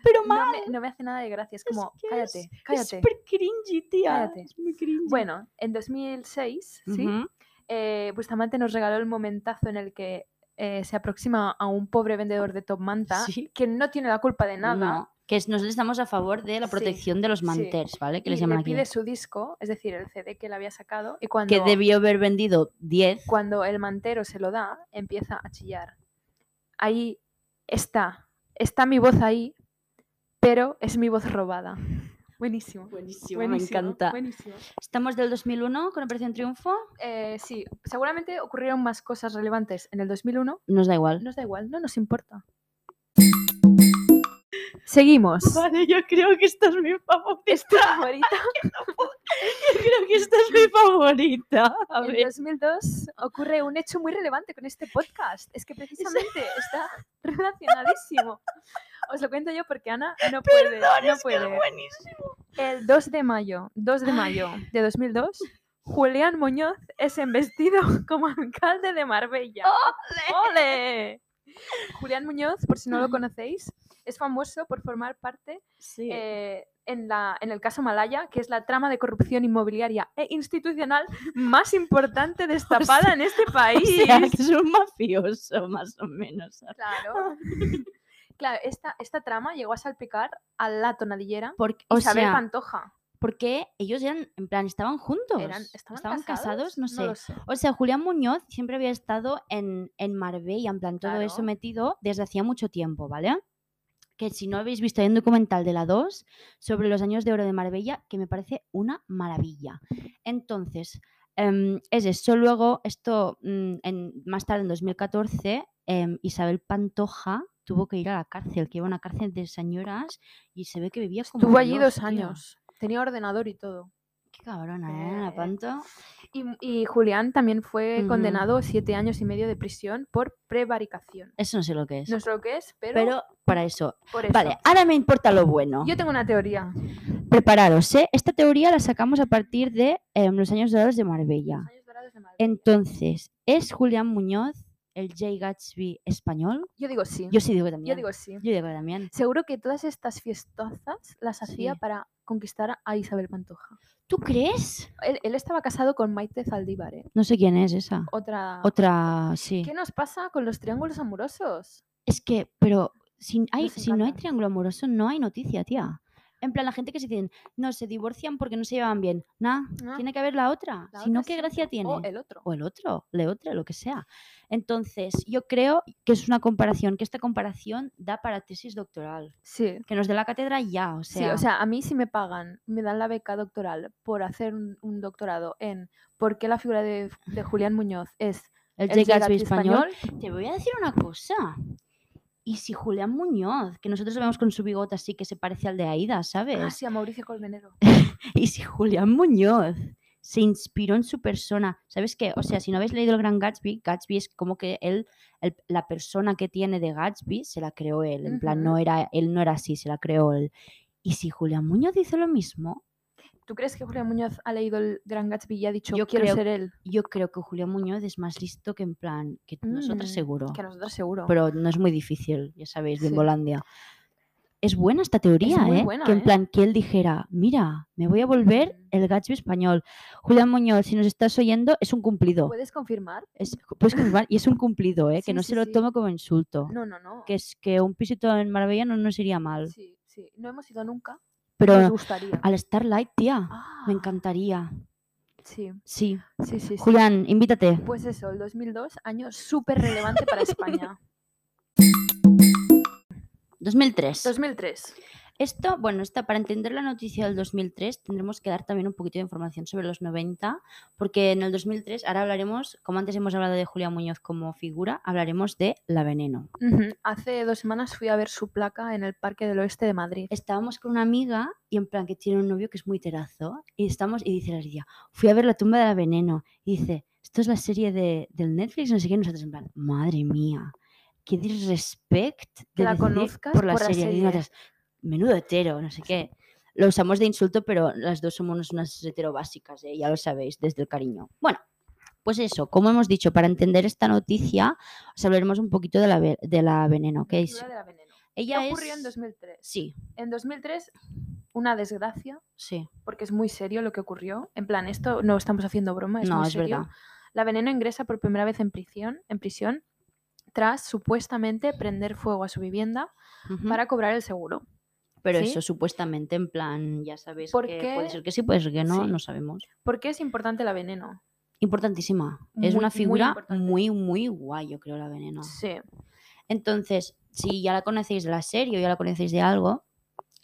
[SPEAKER 2] pero
[SPEAKER 1] No me, no me hace nada de gracia. Es como,
[SPEAKER 2] que
[SPEAKER 1] cállate,
[SPEAKER 2] es-
[SPEAKER 1] cállate.
[SPEAKER 2] cringy, tía.
[SPEAKER 1] Cállate.
[SPEAKER 2] Es muy cringy.
[SPEAKER 1] Bueno, en 2006, ¿sí?
[SPEAKER 2] Ujú.
[SPEAKER 1] eh, Bustamante nos regaló el momentazo en el que eh, se aproxima a un pobre vendedor de top manta
[SPEAKER 2] Sí.
[SPEAKER 1] que no tiene la culpa de nada,
[SPEAKER 2] No, que es- nos estamos a favor de la
[SPEAKER 1] Sí,
[SPEAKER 2] protección de los
[SPEAKER 1] sí.
[SPEAKER 2] manters, ¿vale? Que
[SPEAKER 1] Y le
[SPEAKER 2] les llaman aquí.
[SPEAKER 1] pide su disco, es decir, el CD que le había sacado, y cuando,
[SPEAKER 2] Que debió haber vendido 10.
[SPEAKER 1] cuando el mantero se lo da, empieza a chillar. Ahí está, está mi voz ahí, pero es mi voz robada. Buenísimo.
[SPEAKER 2] Buenísimo, me
[SPEAKER 1] buenísimo,
[SPEAKER 2] encanta.
[SPEAKER 1] buenísimo.
[SPEAKER 2] Estamos del 2001 con Operación Triunfo.
[SPEAKER 1] Eh, sí, seguramente ocurrieron más cosas relevantes en el 2001.
[SPEAKER 2] Nos da igual.
[SPEAKER 1] Nos da igual, no nos importa. Seguimos.
[SPEAKER 2] Vale, yo creo que esta es mi favorita.
[SPEAKER 1] Es tu favorita.
[SPEAKER 2] Creo que esta es mi favorita. A
[SPEAKER 1] En 2002 ocurre un hecho muy relevante con este podcast. Es que precisamente está relacionadísimo. Os lo cuento yo porque Ana no puede. no puede. El 2 de mayo, 2 de mayo de 2002, Julián Muñoz es embestido como alcalde de Marbella. ¡Ole! Julián Muñoz, por si no lo conocéis, es famoso por formar parte
[SPEAKER 2] Sí.
[SPEAKER 1] eh, en, la, en el caso Malaya, que es la trama de corrupción inmobiliaria e institucional más importante destapada en este
[SPEAKER 2] o
[SPEAKER 1] país.
[SPEAKER 2] sea, que es un mafioso, más o menos. ¿sabes?
[SPEAKER 1] Claro. Claro, esta, esta trama llegó a salpicar a la tonadillera
[SPEAKER 2] Porque, o
[SPEAKER 1] Isabel
[SPEAKER 2] sea,
[SPEAKER 1] Pantoja.
[SPEAKER 2] porque ellos eran, en plan, estaban juntos.
[SPEAKER 1] Eran- ¿Estaban,
[SPEAKER 2] casados? no sé.
[SPEAKER 1] lo sé.
[SPEAKER 2] O sea, Julián Muñoz siempre había estado en, en Marbella, en plan, todo eso
[SPEAKER 1] Claro.
[SPEAKER 2] metido desde hacía mucho tiempo, ¿vale? Que si no habéis visto, hay un documental de la 2 sobre los años de oro de Marbella que me parece una maravilla. Entonces, em, es eso. Luego, esto, mm, en, más tarde, en 2014, em, Isabel Pantoja tuvo que ir a la cárcel, que iba a una cárcel de señoras y se ve que vivía como...
[SPEAKER 1] Estuvo
[SPEAKER 2] un
[SPEAKER 1] allí
[SPEAKER 2] Oh
[SPEAKER 1] dos
[SPEAKER 2] dios, tío.
[SPEAKER 1] años. Tenía ordenador y todo.
[SPEAKER 2] Qué cabrona, ¿eh?
[SPEAKER 1] Eh,
[SPEAKER 2] La Panto.
[SPEAKER 1] Y, y Julián también fue
[SPEAKER 2] Ujú.
[SPEAKER 1] condenado a siete años y medio de prisión por prevaricación.
[SPEAKER 2] Eso no sé lo que es.
[SPEAKER 1] No sé lo que es, pero,
[SPEAKER 2] pero para eso,
[SPEAKER 1] por eso.
[SPEAKER 2] Vale, ahora me importa lo bueno.
[SPEAKER 1] Yo tengo una teoría.
[SPEAKER 2] Prepararos, ¿eh? Esta teoría la sacamos a partir de em, los años dorados de
[SPEAKER 1] Los
[SPEAKER 2] Marbella.
[SPEAKER 1] años dorados de Marbella.
[SPEAKER 2] Entonces, ¿es Julián Muñoz el Jay Gatsby español?
[SPEAKER 1] Yo digo sí.
[SPEAKER 2] Yo sí digo que también.
[SPEAKER 1] Yo digo sí.
[SPEAKER 2] Yo digo que también.
[SPEAKER 1] Seguro que todas estas fiestazas las hacía
[SPEAKER 2] Sí.
[SPEAKER 1] para conquistar a Isabel Pantoja.
[SPEAKER 2] ¿Tú crees?
[SPEAKER 1] Él, él estaba casado con Maite Zaldívar, ¿eh?
[SPEAKER 2] No sé quién es esa.
[SPEAKER 1] Otra...
[SPEAKER 2] Otra, sí.
[SPEAKER 1] Ah. ¿Qué nos pasa con los triángulos amorosos?
[SPEAKER 2] Es que, pero si, hay,
[SPEAKER 1] Nos
[SPEAKER 2] si no hay
[SPEAKER 1] encanta.
[SPEAKER 2] triángulo amoroso, no hay noticia, tía. En plan, la gente que se dicen, no, se divorcian porque no se llevan bien. Nah,
[SPEAKER 1] Nah.
[SPEAKER 2] tiene que haber la otra.
[SPEAKER 1] Ah, La
[SPEAKER 2] si no,
[SPEAKER 1] otra
[SPEAKER 2] ¿qué
[SPEAKER 1] sí, Oh,
[SPEAKER 2] gracia tiene?
[SPEAKER 1] O el otro.
[SPEAKER 2] o el otro, le otra, lo que sea. Entonces, yo creo que es una comparación, que esta comparación da para tesis doctoral.
[SPEAKER 1] Sí.
[SPEAKER 2] Que nos dé la cátedra ya, o sea.
[SPEAKER 1] sí, o sea, a mí si me pagan, me dan la beca doctoral por hacer un, un doctorado en por qué la figura de, de Julián Muñoz es
[SPEAKER 2] el
[SPEAKER 1] el
[SPEAKER 2] Jay
[SPEAKER 1] Jay
[SPEAKER 2] Gatsby
[SPEAKER 1] Gatsby
[SPEAKER 2] español. Te voy a decir una cosa. Y si Julián Muñoz, que nosotros lo vemos con su bigote así que se parece al de Aida,
[SPEAKER 1] Ah,
[SPEAKER 2] ¿sabes?
[SPEAKER 1] sí, a Mauricio Colmenero.
[SPEAKER 2] Y si Julián Muñoz se inspiró en su persona, ¿sabes qué? O sea, si no habéis leído el Gran Gatsby, Gatsby es como que él, el- la persona que tiene de Gatsby, se la creó él. En plan, no
[SPEAKER 1] Ujú.
[SPEAKER 2] era, él no era así, se la creó él. Y si Julián Muñoz hizo lo mismo,
[SPEAKER 1] ¿Tú crees que Julián Muñoz ha leído el Gran Gatsby y ha dicho,
[SPEAKER 2] Yo
[SPEAKER 1] quiero
[SPEAKER 2] creo-
[SPEAKER 1] ser él?
[SPEAKER 2] yo creo que Julián Muñoz es más listo que en plan, que nosotras
[SPEAKER 1] Mm,
[SPEAKER 2] seguro.
[SPEAKER 1] Que nosotros seguro.
[SPEAKER 2] Pero no es muy difícil, ya sabéis,
[SPEAKER 1] Sí.
[SPEAKER 2] Bimbolandia. Es buena esta teoría,
[SPEAKER 1] muy
[SPEAKER 2] ¿eh?
[SPEAKER 1] buena,
[SPEAKER 2] que en
[SPEAKER 1] ¿eh?
[SPEAKER 2] plan que él dijera, mira, me voy a volver
[SPEAKER 1] Mm.
[SPEAKER 2] el Gatsby español. Julián Muñoz, si nos estás oyendo, es un cumplido.
[SPEAKER 1] ¿Puedes confirmar?
[SPEAKER 2] Es, pues puedes confirmar, y es un cumplido, ¿eh?
[SPEAKER 1] Sí,
[SPEAKER 2] que no
[SPEAKER 1] sí,
[SPEAKER 2] se lo
[SPEAKER 1] sí.
[SPEAKER 2] tome como insulto.
[SPEAKER 1] No, no, no.
[SPEAKER 2] Que es que un pisito en Marbella no nos iría mal.
[SPEAKER 1] Sí, sí. No hemos ido nunca. nos
[SPEAKER 2] Pero
[SPEAKER 1] gustaría.
[SPEAKER 2] al Starlight, tía,
[SPEAKER 1] Ah,
[SPEAKER 2] me encantaría.
[SPEAKER 1] Sí,
[SPEAKER 2] Sí.
[SPEAKER 1] sí, sí. sí.
[SPEAKER 2] Julián, invítate.
[SPEAKER 1] Pues eso, el 2002, año súper relevante para España.
[SPEAKER 2] 2003.
[SPEAKER 1] 2003.
[SPEAKER 2] Esto, bueno, esta, para entender la noticia del 2003 tendremos que dar también un poquito de información sobre los 90, porque en el 2003, ahora hablaremos, como antes hemos hablado de Julián Muñoz como figura, hablaremos de La Veneno.
[SPEAKER 1] Ujú, Hace dos semanas fui a ver su placa en el Parque del Oeste de Madrid.
[SPEAKER 2] estábamos con una amiga y en plan que tiene un novio que es muy terazo y estamos y dice la tía, fui a ver la tumba de la veneno y dice, esto es la serie de, del Netflix, no sé qué, y nosotros en plan, madre mía, qué disrespect
[SPEAKER 1] Que
[SPEAKER 2] de
[SPEAKER 1] la
[SPEAKER 2] decir
[SPEAKER 1] conozcas
[SPEAKER 2] por la
[SPEAKER 1] por la
[SPEAKER 2] serie, Y
[SPEAKER 1] serie.
[SPEAKER 2] nosotras, menudo hetero, no sé qué. Lo usamos de insulto, pero las dos somos unas hetero básicas, ¿eh? ya lo sabéis, desde el cariño. Bueno, pues eso, como hemos dicho, para entender esta noticia, os hablaremos un poquito de la, ve- de la veneno, que es...
[SPEAKER 1] Figura de la Veneno. ¿Qué
[SPEAKER 2] Ella
[SPEAKER 1] ocurrió en
[SPEAKER 2] es...
[SPEAKER 1] 2003?
[SPEAKER 2] Sí,
[SPEAKER 1] En 2003, una desgracia,
[SPEAKER 2] sí.
[SPEAKER 1] porque es muy serio lo que ocurrió. En plan, esto no estamos haciendo broma, es
[SPEAKER 2] no,
[SPEAKER 1] muy
[SPEAKER 2] es
[SPEAKER 1] serio.
[SPEAKER 2] verdad.
[SPEAKER 1] La veneno ingresa por primera vez en prisión, en prisión tras supuestamente prender fuego a su vivienda
[SPEAKER 2] Ujú.
[SPEAKER 1] para cobrar el seguro.
[SPEAKER 2] Pero
[SPEAKER 1] ¿Sí?
[SPEAKER 2] eso supuestamente en plan, ya sabéis
[SPEAKER 1] ¿Por
[SPEAKER 2] que
[SPEAKER 1] qué?
[SPEAKER 2] puede ser que sí, puede ser que no,
[SPEAKER 1] Sí.
[SPEAKER 2] no sabemos.
[SPEAKER 1] ¿Por qué es importante la veneno?
[SPEAKER 2] Importantísima. es
[SPEAKER 1] Muy-
[SPEAKER 2] una
[SPEAKER 1] muy
[SPEAKER 2] figura
[SPEAKER 1] importante.
[SPEAKER 2] muy, muy, guay, yo creo, la veneno.
[SPEAKER 1] Sí.
[SPEAKER 2] Entonces, si ya la conocéis de la serie o ya la conocéis de algo,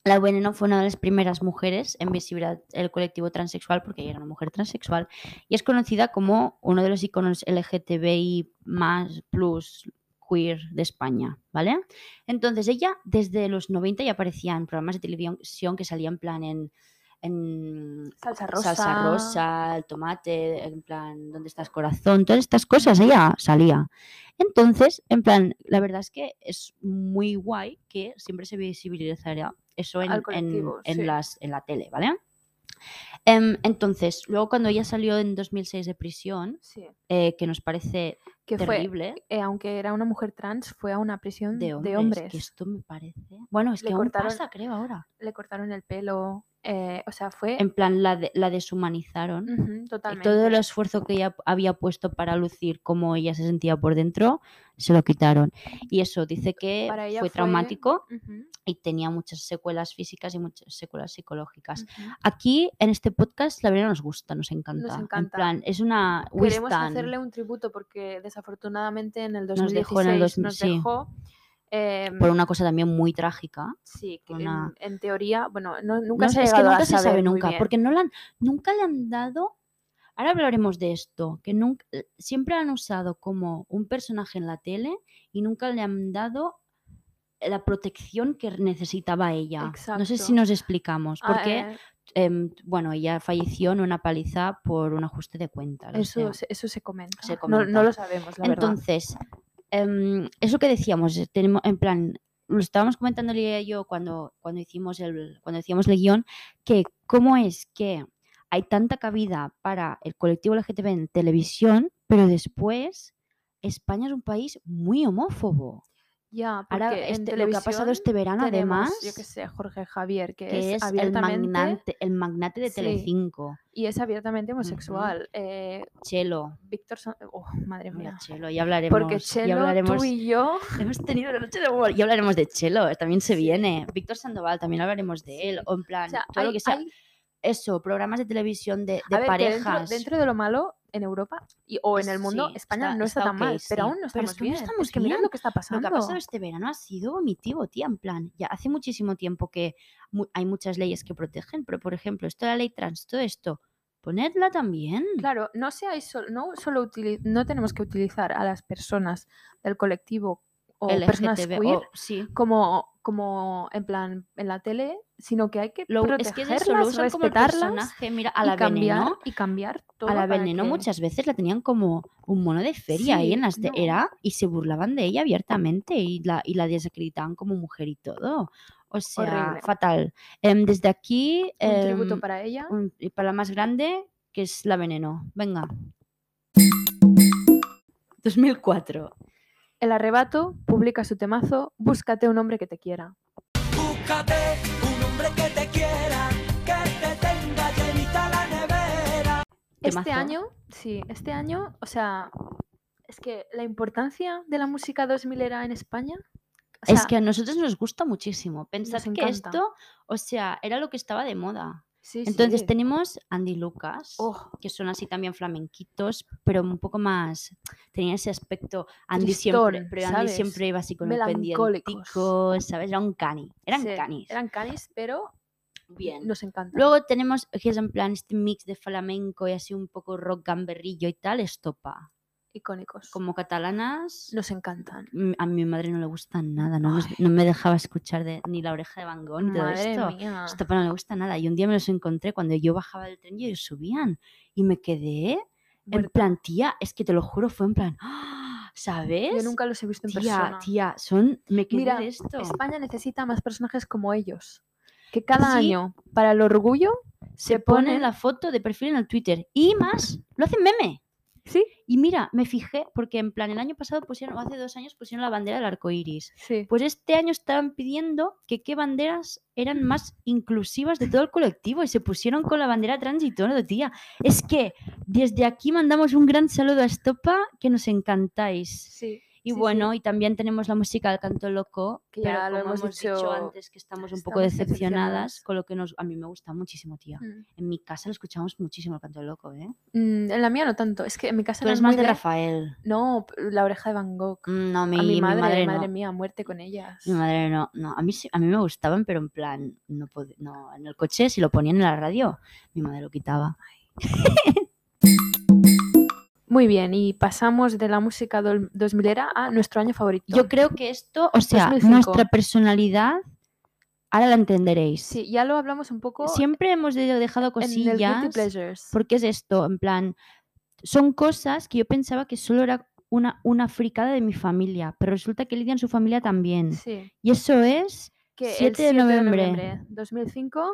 [SPEAKER 2] la Veneno fue una de las primeras mujeres en visibilizar el colectivo transexual, porque ella era una mujer transexual, y es conocida como uno de los iconos LGTBI más plus queer de España, ¿vale? Entonces ella desde los 90 ya aparecía en programas de televisión que salían en plan en, en
[SPEAKER 1] Salsa rosa.
[SPEAKER 2] salsa rosa, el tomate, en plan, ¿dónde estás corazón? Todas estas cosas ella salía. Entonces, en plan, la verdad es que es muy guay que siempre se visibilizara eso en,
[SPEAKER 1] Al
[SPEAKER 2] en-
[SPEAKER 1] colectivo,
[SPEAKER 2] en
[SPEAKER 1] sí.
[SPEAKER 2] las, en la tele, ¿vale? Em, entonces, luego cuando ella salió en 2006 de prisión,
[SPEAKER 1] Sí.
[SPEAKER 2] eh, que nos parece
[SPEAKER 1] Que fue,
[SPEAKER 2] terrible,
[SPEAKER 1] eh, aunque era una mujer trans, fue a una prisión
[SPEAKER 2] de
[SPEAKER 1] de hombres.
[SPEAKER 2] hombres, que esto me parece... Bueno, es
[SPEAKER 1] Le
[SPEAKER 2] que aún
[SPEAKER 1] cortaron-
[SPEAKER 2] pasa, creo, ahora.
[SPEAKER 1] Le cortaron el pelo. eh, o sea, fue
[SPEAKER 2] En plan, la, de- la deshumanizaron.
[SPEAKER 1] ujú,
[SPEAKER 2] Y
[SPEAKER 1] totalmente.
[SPEAKER 2] todo el esfuerzo que ella había puesto para lucir cómo ella se sentía por dentro, se lo quitaron. Y eso dice que
[SPEAKER 1] Para ella
[SPEAKER 2] fue
[SPEAKER 1] fue-
[SPEAKER 2] traumático
[SPEAKER 1] Ujú,
[SPEAKER 2] y tenía muchas secuelas físicas y muchas secuelas psicológicas.
[SPEAKER 1] ujú.
[SPEAKER 2] Aquí, en este podcast, la verdad nos gusta, nos encanta. En
[SPEAKER 1] encanta.
[SPEAKER 2] plan, es una...
[SPEAKER 1] Queremos
[SPEAKER 2] Winston.
[SPEAKER 1] hacerle un tributo porque desafortunadamente en el 2016 nos
[SPEAKER 2] Nos dejó
[SPEAKER 1] dejó,
[SPEAKER 2] en el 2000, sí.
[SPEAKER 1] em,
[SPEAKER 2] por una cosa también muy trágica.
[SPEAKER 1] sí, que
[SPEAKER 2] una-
[SPEAKER 1] en, en teoría, bueno, no- nunca
[SPEAKER 2] No
[SPEAKER 1] se
[SPEAKER 2] sé,
[SPEAKER 1] ha
[SPEAKER 2] es que
[SPEAKER 1] llegado
[SPEAKER 2] nunca
[SPEAKER 1] a
[SPEAKER 2] se sabe
[SPEAKER 1] saber muy
[SPEAKER 2] nunca,
[SPEAKER 1] bien.
[SPEAKER 2] porque no la han- nunca le han dado. Ahora hablaremos de esto, que nunca, siempre la han usado como un personaje en la tele y nunca le han dado la protección que necesitaba ella. No sé si
[SPEAKER 1] Exacto.
[SPEAKER 2] nos explicamos,
[SPEAKER 1] Ah,
[SPEAKER 2] porque
[SPEAKER 1] eh,
[SPEAKER 2] em, bueno, ella falleció en una paliza por un ajuste de cuentas. o sea.
[SPEAKER 1] eso, se- eso se comenta.
[SPEAKER 2] se
[SPEAKER 1] No- No,
[SPEAKER 2] comenta.
[SPEAKER 1] lo sabemos, la verdad.
[SPEAKER 2] Entonces, em, eso que decíamos, eh, tenemos en plan, lo estábamos comentando Lidia y yo cuando, cuando hicimos el, cuando decíamos el guión, que cómo es que hay tanta cabida para el colectivo LGTB en televisión, pero después España es un país muy homófobo.
[SPEAKER 1] Ya,
[SPEAKER 2] Ahora
[SPEAKER 1] porque en
[SPEAKER 2] este- lo que ha pasado este
[SPEAKER 1] televisión
[SPEAKER 2] verano,
[SPEAKER 1] tenemos,
[SPEAKER 2] además,
[SPEAKER 1] yo que sé, Jorge Javier, que,
[SPEAKER 2] que es, el,
[SPEAKER 1] abiertamente
[SPEAKER 2] magnate, el magnate de
[SPEAKER 1] Sí.
[SPEAKER 2] Telecinco,
[SPEAKER 1] y es abiertamente homosexual. eh,
[SPEAKER 2] Chelo.
[SPEAKER 1] Víctor, San- oh, madre
[SPEAKER 2] Hombre,
[SPEAKER 1] mía.
[SPEAKER 2] Chelo, ya hablaremos.
[SPEAKER 1] Porque
[SPEAKER 2] ya
[SPEAKER 1] Chelo,
[SPEAKER 2] hablaremos
[SPEAKER 1] tú y yo,
[SPEAKER 2] Hemos tenido la noche de humor. Y hablaremos de Chelo, eh, también se viene. Víctor Sandoval, también hablaremos de él.
[SPEAKER 1] Sí.
[SPEAKER 2] O en plan,
[SPEAKER 1] o sea,
[SPEAKER 2] todo lo
[SPEAKER 1] hay-
[SPEAKER 2] que sea.
[SPEAKER 1] hay-
[SPEAKER 2] Eso, programas de televisión de, de
[SPEAKER 1] A ver, que dentro-
[SPEAKER 2] parejas.
[SPEAKER 1] dentro, de lo malo, en Europa y, o en el mundo,
[SPEAKER 2] Sí,
[SPEAKER 1] España
[SPEAKER 2] está-
[SPEAKER 1] no está,
[SPEAKER 2] está
[SPEAKER 1] tan
[SPEAKER 2] ok,
[SPEAKER 1] mal, pero
[SPEAKER 2] sí.
[SPEAKER 1] aún no
[SPEAKER 2] Pero es
[SPEAKER 1] estamos
[SPEAKER 2] que no
[SPEAKER 1] bien.
[SPEAKER 2] estamos
[SPEAKER 1] es que mirad
[SPEAKER 2] bien.
[SPEAKER 1] lo que está
[SPEAKER 2] Lo
[SPEAKER 1] pasando.
[SPEAKER 2] que ha pasado este verano ha sido vomitivo, tía. En plan, ya hace muchísimo tiempo que mu- hay muchas leyes que protegen, pero por ejemplo, esto de la ley trans, todo esto, ponedla también.
[SPEAKER 1] Claro, no, seáis sol- no, solo utili- no tenemos que utilizar a las personas del colectivo o personas
[SPEAKER 2] LGTB,
[SPEAKER 1] queer
[SPEAKER 2] o- sí.
[SPEAKER 1] como, como en plan en la tele, sino que hay que
[SPEAKER 2] Lo, es que es
[SPEAKER 1] protegerlas,
[SPEAKER 2] eso, lo usan como el
[SPEAKER 1] respetarlas
[SPEAKER 2] personaje, mira, a
[SPEAKER 1] y,
[SPEAKER 2] la
[SPEAKER 1] cambiar,
[SPEAKER 2] veneno.
[SPEAKER 1] y cambiar todo.
[SPEAKER 2] a la
[SPEAKER 1] para
[SPEAKER 2] veneno
[SPEAKER 1] que-
[SPEAKER 2] muchas veces la tenían como un mono de feria ahí en
[SPEAKER 1] Sí,
[SPEAKER 2] las de
[SPEAKER 1] no.
[SPEAKER 2] era y se burlaban de ella abiertamente y la, y la desacreditaban como mujer y todo. O sea,
[SPEAKER 1] Horrible.
[SPEAKER 2] fatal. Em, desde aquí,
[SPEAKER 1] Un tributo
[SPEAKER 2] em,
[SPEAKER 1] para ella.
[SPEAKER 2] un- y para la más grande, que es la veneno. Venga. 2004.
[SPEAKER 1] El arrebato publica su temazo Búscate un hombre que te quiera.
[SPEAKER 3] Búscate un hombre que te quiera, que te tenga llenita la nevera.
[SPEAKER 1] Este
[SPEAKER 2] Temazo.
[SPEAKER 1] año, sí, este año, o sea, es que la importancia de la música 2000 era en España. o
[SPEAKER 2] es
[SPEAKER 1] sea,
[SPEAKER 2] que a nosotros nos gusta muchísimo. Pensad que
[SPEAKER 1] encanta.
[SPEAKER 2] esto, o sea, era lo que estaba de moda.
[SPEAKER 1] sí,
[SPEAKER 2] Entonces
[SPEAKER 1] sí.
[SPEAKER 2] tenemos Andy Lucas.
[SPEAKER 1] Oh,
[SPEAKER 2] que son así también flamenquitos, pero un poco más tenían ese aspecto Andy siempre,
[SPEAKER 1] Tristón,
[SPEAKER 2] pero Andy
[SPEAKER 1] ¿sabes?
[SPEAKER 2] siempre iba así con un
[SPEAKER 1] Melancólicos.
[SPEAKER 2] pendientico, ¿sabes? Era un cani, eran
[SPEAKER 1] sí,
[SPEAKER 2] canis.
[SPEAKER 1] Eran canis, pero
[SPEAKER 2] Bien.
[SPEAKER 1] nos encanta.
[SPEAKER 2] Luego tenemos que es en plan este mix de flamenco y así un poco rock gamberrillo y tal, estopa.
[SPEAKER 1] icónicos.
[SPEAKER 2] Como catalanas,
[SPEAKER 1] Nos encantan.
[SPEAKER 2] mm, a mi madre no le gusta nada, no, nos- no me dejaba escuchar de- ni la oreja de Van Gogh ni todo
[SPEAKER 1] Madre
[SPEAKER 2] esto.
[SPEAKER 1] mía.
[SPEAKER 2] Estopa no le gusta nada. Y un día me los encontré cuando yo bajaba del tren y ellos subían. Y me quedé en
[SPEAKER 1] Muerta.
[SPEAKER 2] plan, tía, es que te lo juro, fue en plan, "Ah", ¿sabes?
[SPEAKER 1] Yo nunca los he visto en
[SPEAKER 2] tía,
[SPEAKER 1] persona.
[SPEAKER 2] tía, son, me quedé
[SPEAKER 1] Mira,
[SPEAKER 2] de esto.
[SPEAKER 1] España necesita más personajes como ellos. Que cada
[SPEAKER 2] Sí.
[SPEAKER 1] año, para el orgullo,
[SPEAKER 2] Se
[SPEAKER 1] se
[SPEAKER 2] pone
[SPEAKER 1] ponen-
[SPEAKER 2] la foto de perfil en el Twitter. Y más, lo hacen meme.
[SPEAKER 1] sí,
[SPEAKER 2] Y mira, me fijé, porque en plan, el año pasado pusieron, o hace dos años pusieron la bandera del arco iris.
[SPEAKER 1] sí.
[SPEAKER 2] Pues este año estaban pidiendo que qué banderas eran más inclusivas de todo el colectivo y se pusieron con la bandera trans y todo, tía. Es que desde aquí mandamos un gran saludo a Estopa, que nos encantáis.
[SPEAKER 1] sí.
[SPEAKER 2] Y
[SPEAKER 1] Sí,
[SPEAKER 2] bueno, y también tenemos la música del canto loco,
[SPEAKER 1] Que
[SPEAKER 2] pero
[SPEAKER 1] ya lo
[SPEAKER 2] como
[SPEAKER 1] hemos
[SPEAKER 2] hemos dicho,
[SPEAKER 1] dicho,
[SPEAKER 2] antes que estamos un poco
[SPEAKER 1] estamos
[SPEAKER 2] decepcionadas
[SPEAKER 1] decepcionadas.
[SPEAKER 2] con lo que nos a mí me gusta muchísimo, tía.
[SPEAKER 1] Mm.
[SPEAKER 2] En mi casa lo escuchamos muchísimo el canto loco, ¿eh?
[SPEAKER 1] Mm, en la mía no tanto, es que en mi casa
[SPEAKER 2] Tú
[SPEAKER 1] no
[SPEAKER 2] eres
[SPEAKER 1] es muy
[SPEAKER 2] más de
[SPEAKER 1] de-
[SPEAKER 2] Rafael.
[SPEAKER 1] No, p- la oreja de Van Gogh.
[SPEAKER 2] Mm, No, mi,
[SPEAKER 1] a mi madre, madre,
[SPEAKER 2] no.
[SPEAKER 1] mía, muerte con ellas.
[SPEAKER 2] Mi madre no, no. A mí, sí- a mí me gustaban, pero en plan, no, pod- no, en el coche, si lo ponían en la radio, mi madre lo quitaba.
[SPEAKER 1] Muy bien, y pasamos de la música dol- 2000 a nuestro año favorito.
[SPEAKER 2] Yo creo que esto, o sea,
[SPEAKER 1] 2005.
[SPEAKER 2] nuestra personalidad, ahora la entenderéis.
[SPEAKER 1] Sí, ya lo hablamos un poco
[SPEAKER 2] Siempre hemos de- dejado
[SPEAKER 1] en el Guilty
[SPEAKER 2] cosillas.
[SPEAKER 1] Pleasures.
[SPEAKER 2] Porque es esto, en plan, son cosas que yo pensaba que solo era una, una fricada de mi familia, pero resulta que Lidia en su familia también.
[SPEAKER 1] Sí,
[SPEAKER 2] Y eso es,
[SPEAKER 1] que el
[SPEAKER 2] 7 de
[SPEAKER 1] 7 de
[SPEAKER 2] noviembre.
[SPEAKER 1] noviembre. 2005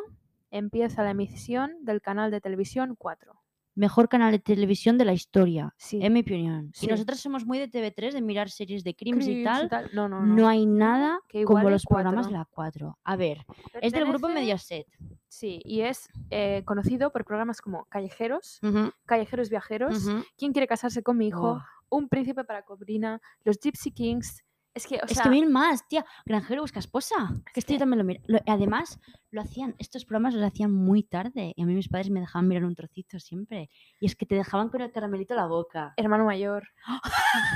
[SPEAKER 1] empieza la emisión del canal de televisión 4.
[SPEAKER 2] mejor canal de televisión de la historia,
[SPEAKER 1] Sí.
[SPEAKER 2] en mi opinión.
[SPEAKER 1] Sí.
[SPEAKER 2] Y nosotras somos muy de TV3, de mirar series de crimes,
[SPEAKER 1] Crims
[SPEAKER 2] y tal.
[SPEAKER 1] No, no, no.
[SPEAKER 2] No hay nada
[SPEAKER 1] Que
[SPEAKER 2] como
[SPEAKER 1] igual es
[SPEAKER 2] los programas de
[SPEAKER 1] cuatro.
[SPEAKER 2] la 4. A ver, es del grupo
[SPEAKER 1] Pertenece-
[SPEAKER 2] Mediaset.
[SPEAKER 1] Sí, y es eh, conocido por programas como Callejeros, Callejeros Viajeros,
[SPEAKER 2] Ujú.
[SPEAKER 1] ¿Quién quiere casarse con mi hijo?
[SPEAKER 2] Buah.
[SPEAKER 1] Un príncipe para Cobrina, los Gypsy Kings. Es que, o
[SPEAKER 2] es
[SPEAKER 1] sea,
[SPEAKER 2] que mil más, tía. Granjero busca esposa. Que esto yo también lo miro. Lo- además, lo hacían, estos programas los hacían muy tarde. Y a mí mis padres me dejaban mirar un trocito siempre. Y es que te dejaban con el caramelito en la boca.
[SPEAKER 1] hermano mayor.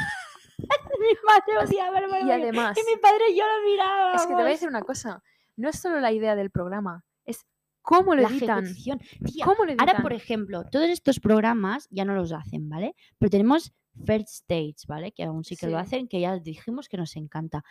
[SPEAKER 2] mi madre odiaba el
[SPEAKER 1] Y además,
[SPEAKER 2] Y mi padre y yo lo miraba.
[SPEAKER 1] es que te voy a decir una cosa. No es solo la idea del programa, es cómo lo
[SPEAKER 2] la
[SPEAKER 1] editan.
[SPEAKER 2] ejecución. Tía,
[SPEAKER 1] ¿Cómo lo editan?
[SPEAKER 2] Ahora, por ejemplo, todos estos programas ya no los hacen, ¿vale? Pero tenemos First Stage, ¿vale? Que aún sí que
[SPEAKER 1] Sí.
[SPEAKER 2] lo hacen, que ya dijimos que nos encanta.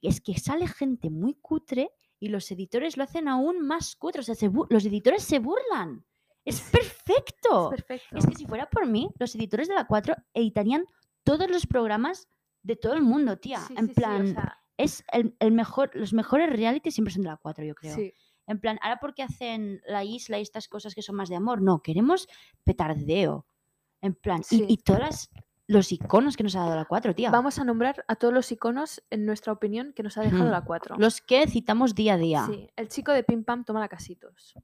[SPEAKER 2] Y Es que sale gente muy cutre y los editores lo hacen aún más cutre. O sea, se bu- los editores se burlan. Es
[SPEAKER 1] es
[SPEAKER 2] perfecto.
[SPEAKER 1] perfecto.
[SPEAKER 2] Es que si fuera por mí, los editores de la 4 editarían todos los programas de todo el mundo, tía.
[SPEAKER 1] Sí,
[SPEAKER 2] en
[SPEAKER 1] sí, sí, o
[SPEAKER 2] plan,
[SPEAKER 1] sea,
[SPEAKER 2] es el, el mejor, los mejores reality siempre son de la 4, yo creo.
[SPEAKER 1] sí.
[SPEAKER 2] En plan, ahora porque hacen la isla y estas cosas que son más de amor. No, queremos petardeo. En plan, y-
[SPEAKER 1] Sí.
[SPEAKER 2] y, todas las- los iconos que nos ha dado la 4, tía.
[SPEAKER 1] Vamos a nombrar a todos los iconos, en nuestra opinión, que nos ha dejado
[SPEAKER 2] Ujú.
[SPEAKER 1] la 4.
[SPEAKER 2] Los que citamos día a día. Sí.
[SPEAKER 1] Sí, el chico de Pim Pam toma la casitos.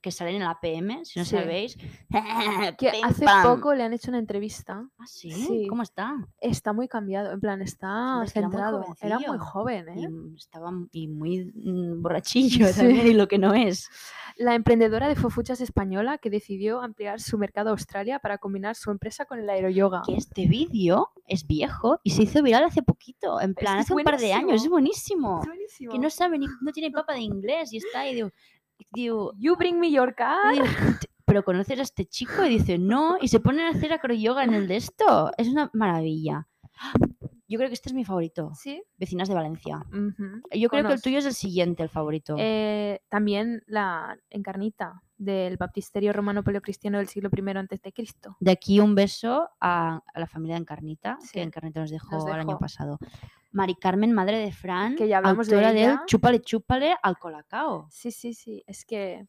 [SPEAKER 2] Que salen en la PM, si no
[SPEAKER 1] Sí.
[SPEAKER 2] sabéis.
[SPEAKER 1] Que
[SPEAKER 2] Pim,
[SPEAKER 1] hace
[SPEAKER 2] pam.
[SPEAKER 1] poco le han hecho una entrevista
[SPEAKER 2] Ah, ¿sí?
[SPEAKER 1] Sí.
[SPEAKER 2] ¿Cómo está?
[SPEAKER 1] está muy cambiado, en plan, está
[SPEAKER 2] Hombre, es que era muy
[SPEAKER 1] centrado. Era muy
[SPEAKER 2] jovencillo.
[SPEAKER 1] joven, ¿eh?
[SPEAKER 2] Y mm, estaba m- y muy mm, borrachillo
[SPEAKER 1] Sí.
[SPEAKER 2] también, y lo que no es.
[SPEAKER 1] La emprendedora de fofuchas española que decidió ampliar su mercado a Australia para combinar su empresa con el aeroyoga.
[SPEAKER 2] Que este vídeo es viejo y se hizo viral hace poquito. En
[SPEAKER 1] que
[SPEAKER 2] plan,
[SPEAKER 1] es
[SPEAKER 2] hace un par de años. Es buenísimo.
[SPEAKER 1] Es buenísimo.
[SPEAKER 2] que no sabe ni, no tiene papa de inglés y está ahí digo, digo,
[SPEAKER 1] You bring me your car.
[SPEAKER 2] digo, "T- pero conoces a este chico y dice no y se ponen a hacer acroyoga en el de esto es una maravilla yo creo que este es mi favorito
[SPEAKER 1] Sí.
[SPEAKER 2] vecinas de Valencia
[SPEAKER 1] ujú.
[SPEAKER 2] yo creo que el
[SPEAKER 1] Conos.
[SPEAKER 2] tuyo es el siguiente el favorito
[SPEAKER 1] Eh, también la encarnita del baptisterio romano paleocristiano del siglo I antes de Cristo.
[SPEAKER 2] de aquí un beso a, a la familia de Encarnita
[SPEAKER 1] Sí,
[SPEAKER 2] que Encarnita nos dejó, el año
[SPEAKER 1] dejó.
[SPEAKER 2] pasado Mari Carmen madre de Fran
[SPEAKER 1] Que ya hablamos de
[SPEAKER 2] autora del
[SPEAKER 1] ella.
[SPEAKER 2] chúpale chúpale al colacao
[SPEAKER 1] Sí, sí, sí. Es que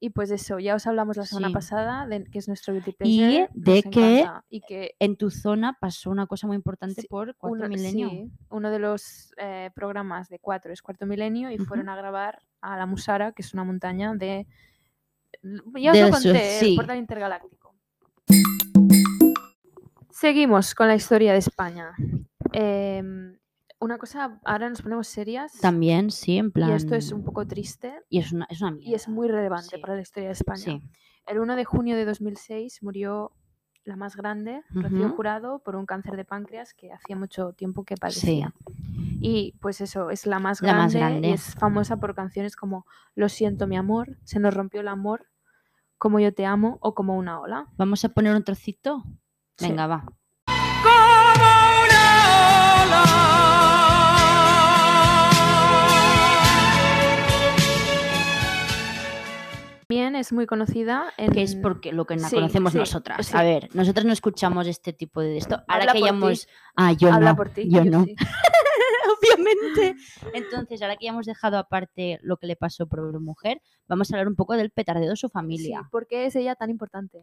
[SPEAKER 1] y pues eso, ya os hablamos la semana
[SPEAKER 2] Sí.
[SPEAKER 1] pasada de que es nuestro guilty
[SPEAKER 2] Y
[SPEAKER 1] pleasure, nos
[SPEAKER 2] de que
[SPEAKER 1] encanta, y que
[SPEAKER 2] en tu zona pasó una cosa muy importante
[SPEAKER 1] Sí,
[SPEAKER 2] por cuarto
[SPEAKER 1] uno,
[SPEAKER 2] milenio
[SPEAKER 1] sí, uno de los eh, programas de cuatro es Cuarto Milenio y
[SPEAKER 2] Ujú.
[SPEAKER 1] fueron a grabar a la Musara, que es una montaña de... l- Ya
[SPEAKER 2] De
[SPEAKER 1] os lo
[SPEAKER 2] los-
[SPEAKER 1] conté,
[SPEAKER 2] sí.
[SPEAKER 1] el portal intergaláctico. Seguimos con la historia de España. Em, una cosa, ahora nos ponemos serias
[SPEAKER 2] También, sí, en plan.
[SPEAKER 1] y esto es un poco triste
[SPEAKER 2] Y es una, es una mierda.
[SPEAKER 1] y es muy relevante
[SPEAKER 2] sí.
[SPEAKER 1] para la historia de España.
[SPEAKER 2] Sí.
[SPEAKER 1] El 1 de junio de 2006 murió la más grande, Rocío
[SPEAKER 2] Ujú.
[SPEAKER 1] Jurado, por un cáncer de páncreas que hacía mucho tiempo que
[SPEAKER 2] Sí.
[SPEAKER 1] padecía. Y pues eso, es la más
[SPEAKER 2] La
[SPEAKER 1] grande
[SPEAKER 2] más grande.
[SPEAKER 1] y es famosa por canciones como Lo siento mi amor, Se nos rompió el amor, Como yo te amo o Como una ola.
[SPEAKER 2] Vamos a poner un trocito.
[SPEAKER 1] Sí.
[SPEAKER 2] Venga, va.
[SPEAKER 3] como una ola.
[SPEAKER 1] También es muy conocida en...
[SPEAKER 2] Que es porque lo que na-
[SPEAKER 1] sí,
[SPEAKER 2] conocemos
[SPEAKER 1] sí,
[SPEAKER 2] nosotras.
[SPEAKER 1] sí.
[SPEAKER 2] A ver, nosotras no escuchamos este tipo de esto. Ahora
[SPEAKER 1] Habla
[SPEAKER 2] que
[SPEAKER 1] por
[SPEAKER 2] ya
[SPEAKER 1] ti.
[SPEAKER 2] hemos. Ah, yo
[SPEAKER 1] Habla
[SPEAKER 2] no.
[SPEAKER 1] por ti.
[SPEAKER 2] yo no.
[SPEAKER 1] sí.
[SPEAKER 2] Obviamente. Entonces, ahora que ya hemos dejado aparte lo que le pasó por mujer, vamos a hablar un poco del petardeo de su
[SPEAKER 1] Sí,
[SPEAKER 2] familia.
[SPEAKER 1] ¿Por qué es ella tan importante?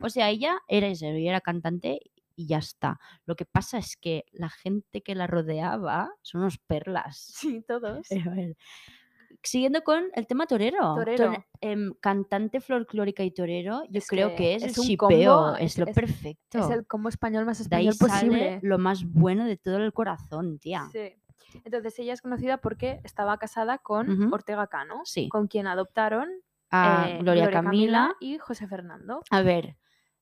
[SPEAKER 2] O sea, ella era eso, ella era cantante y ya está. Lo que pasa es que la gente que la rodeaba son unos perlas.
[SPEAKER 1] Sí, todos.
[SPEAKER 2] Pero a ver, Siguiendo con el tema torero.
[SPEAKER 1] Torero.
[SPEAKER 2] em, cantante folclórica y torero, yo
[SPEAKER 1] Es
[SPEAKER 2] creo
[SPEAKER 1] que
[SPEAKER 2] que, es,
[SPEAKER 1] es
[SPEAKER 2] el
[SPEAKER 1] un
[SPEAKER 2] shipeo,
[SPEAKER 1] combo,
[SPEAKER 2] es,
[SPEAKER 1] es-
[SPEAKER 2] lo
[SPEAKER 1] es-
[SPEAKER 2] perfecto.
[SPEAKER 1] Es el combo español más
[SPEAKER 2] de ahí
[SPEAKER 1] español
[SPEAKER 2] sale
[SPEAKER 1] posible.
[SPEAKER 2] lo más bueno de todo el corazón, tía.
[SPEAKER 1] Sí. Entonces ella es conocida porque estaba casada con
[SPEAKER 2] Ujú.
[SPEAKER 1] Ortega Cano,
[SPEAKER 2] Sí.
[SPEAKER 1] con quien adoptaron
[SPEAKER 2] A
[SPEAKER 1] eh,
[SPEAKER 2] Ah, Gloria, Camila.
[SPEAKER 1] y José Fernando.
[SPEAKER 2] A ver,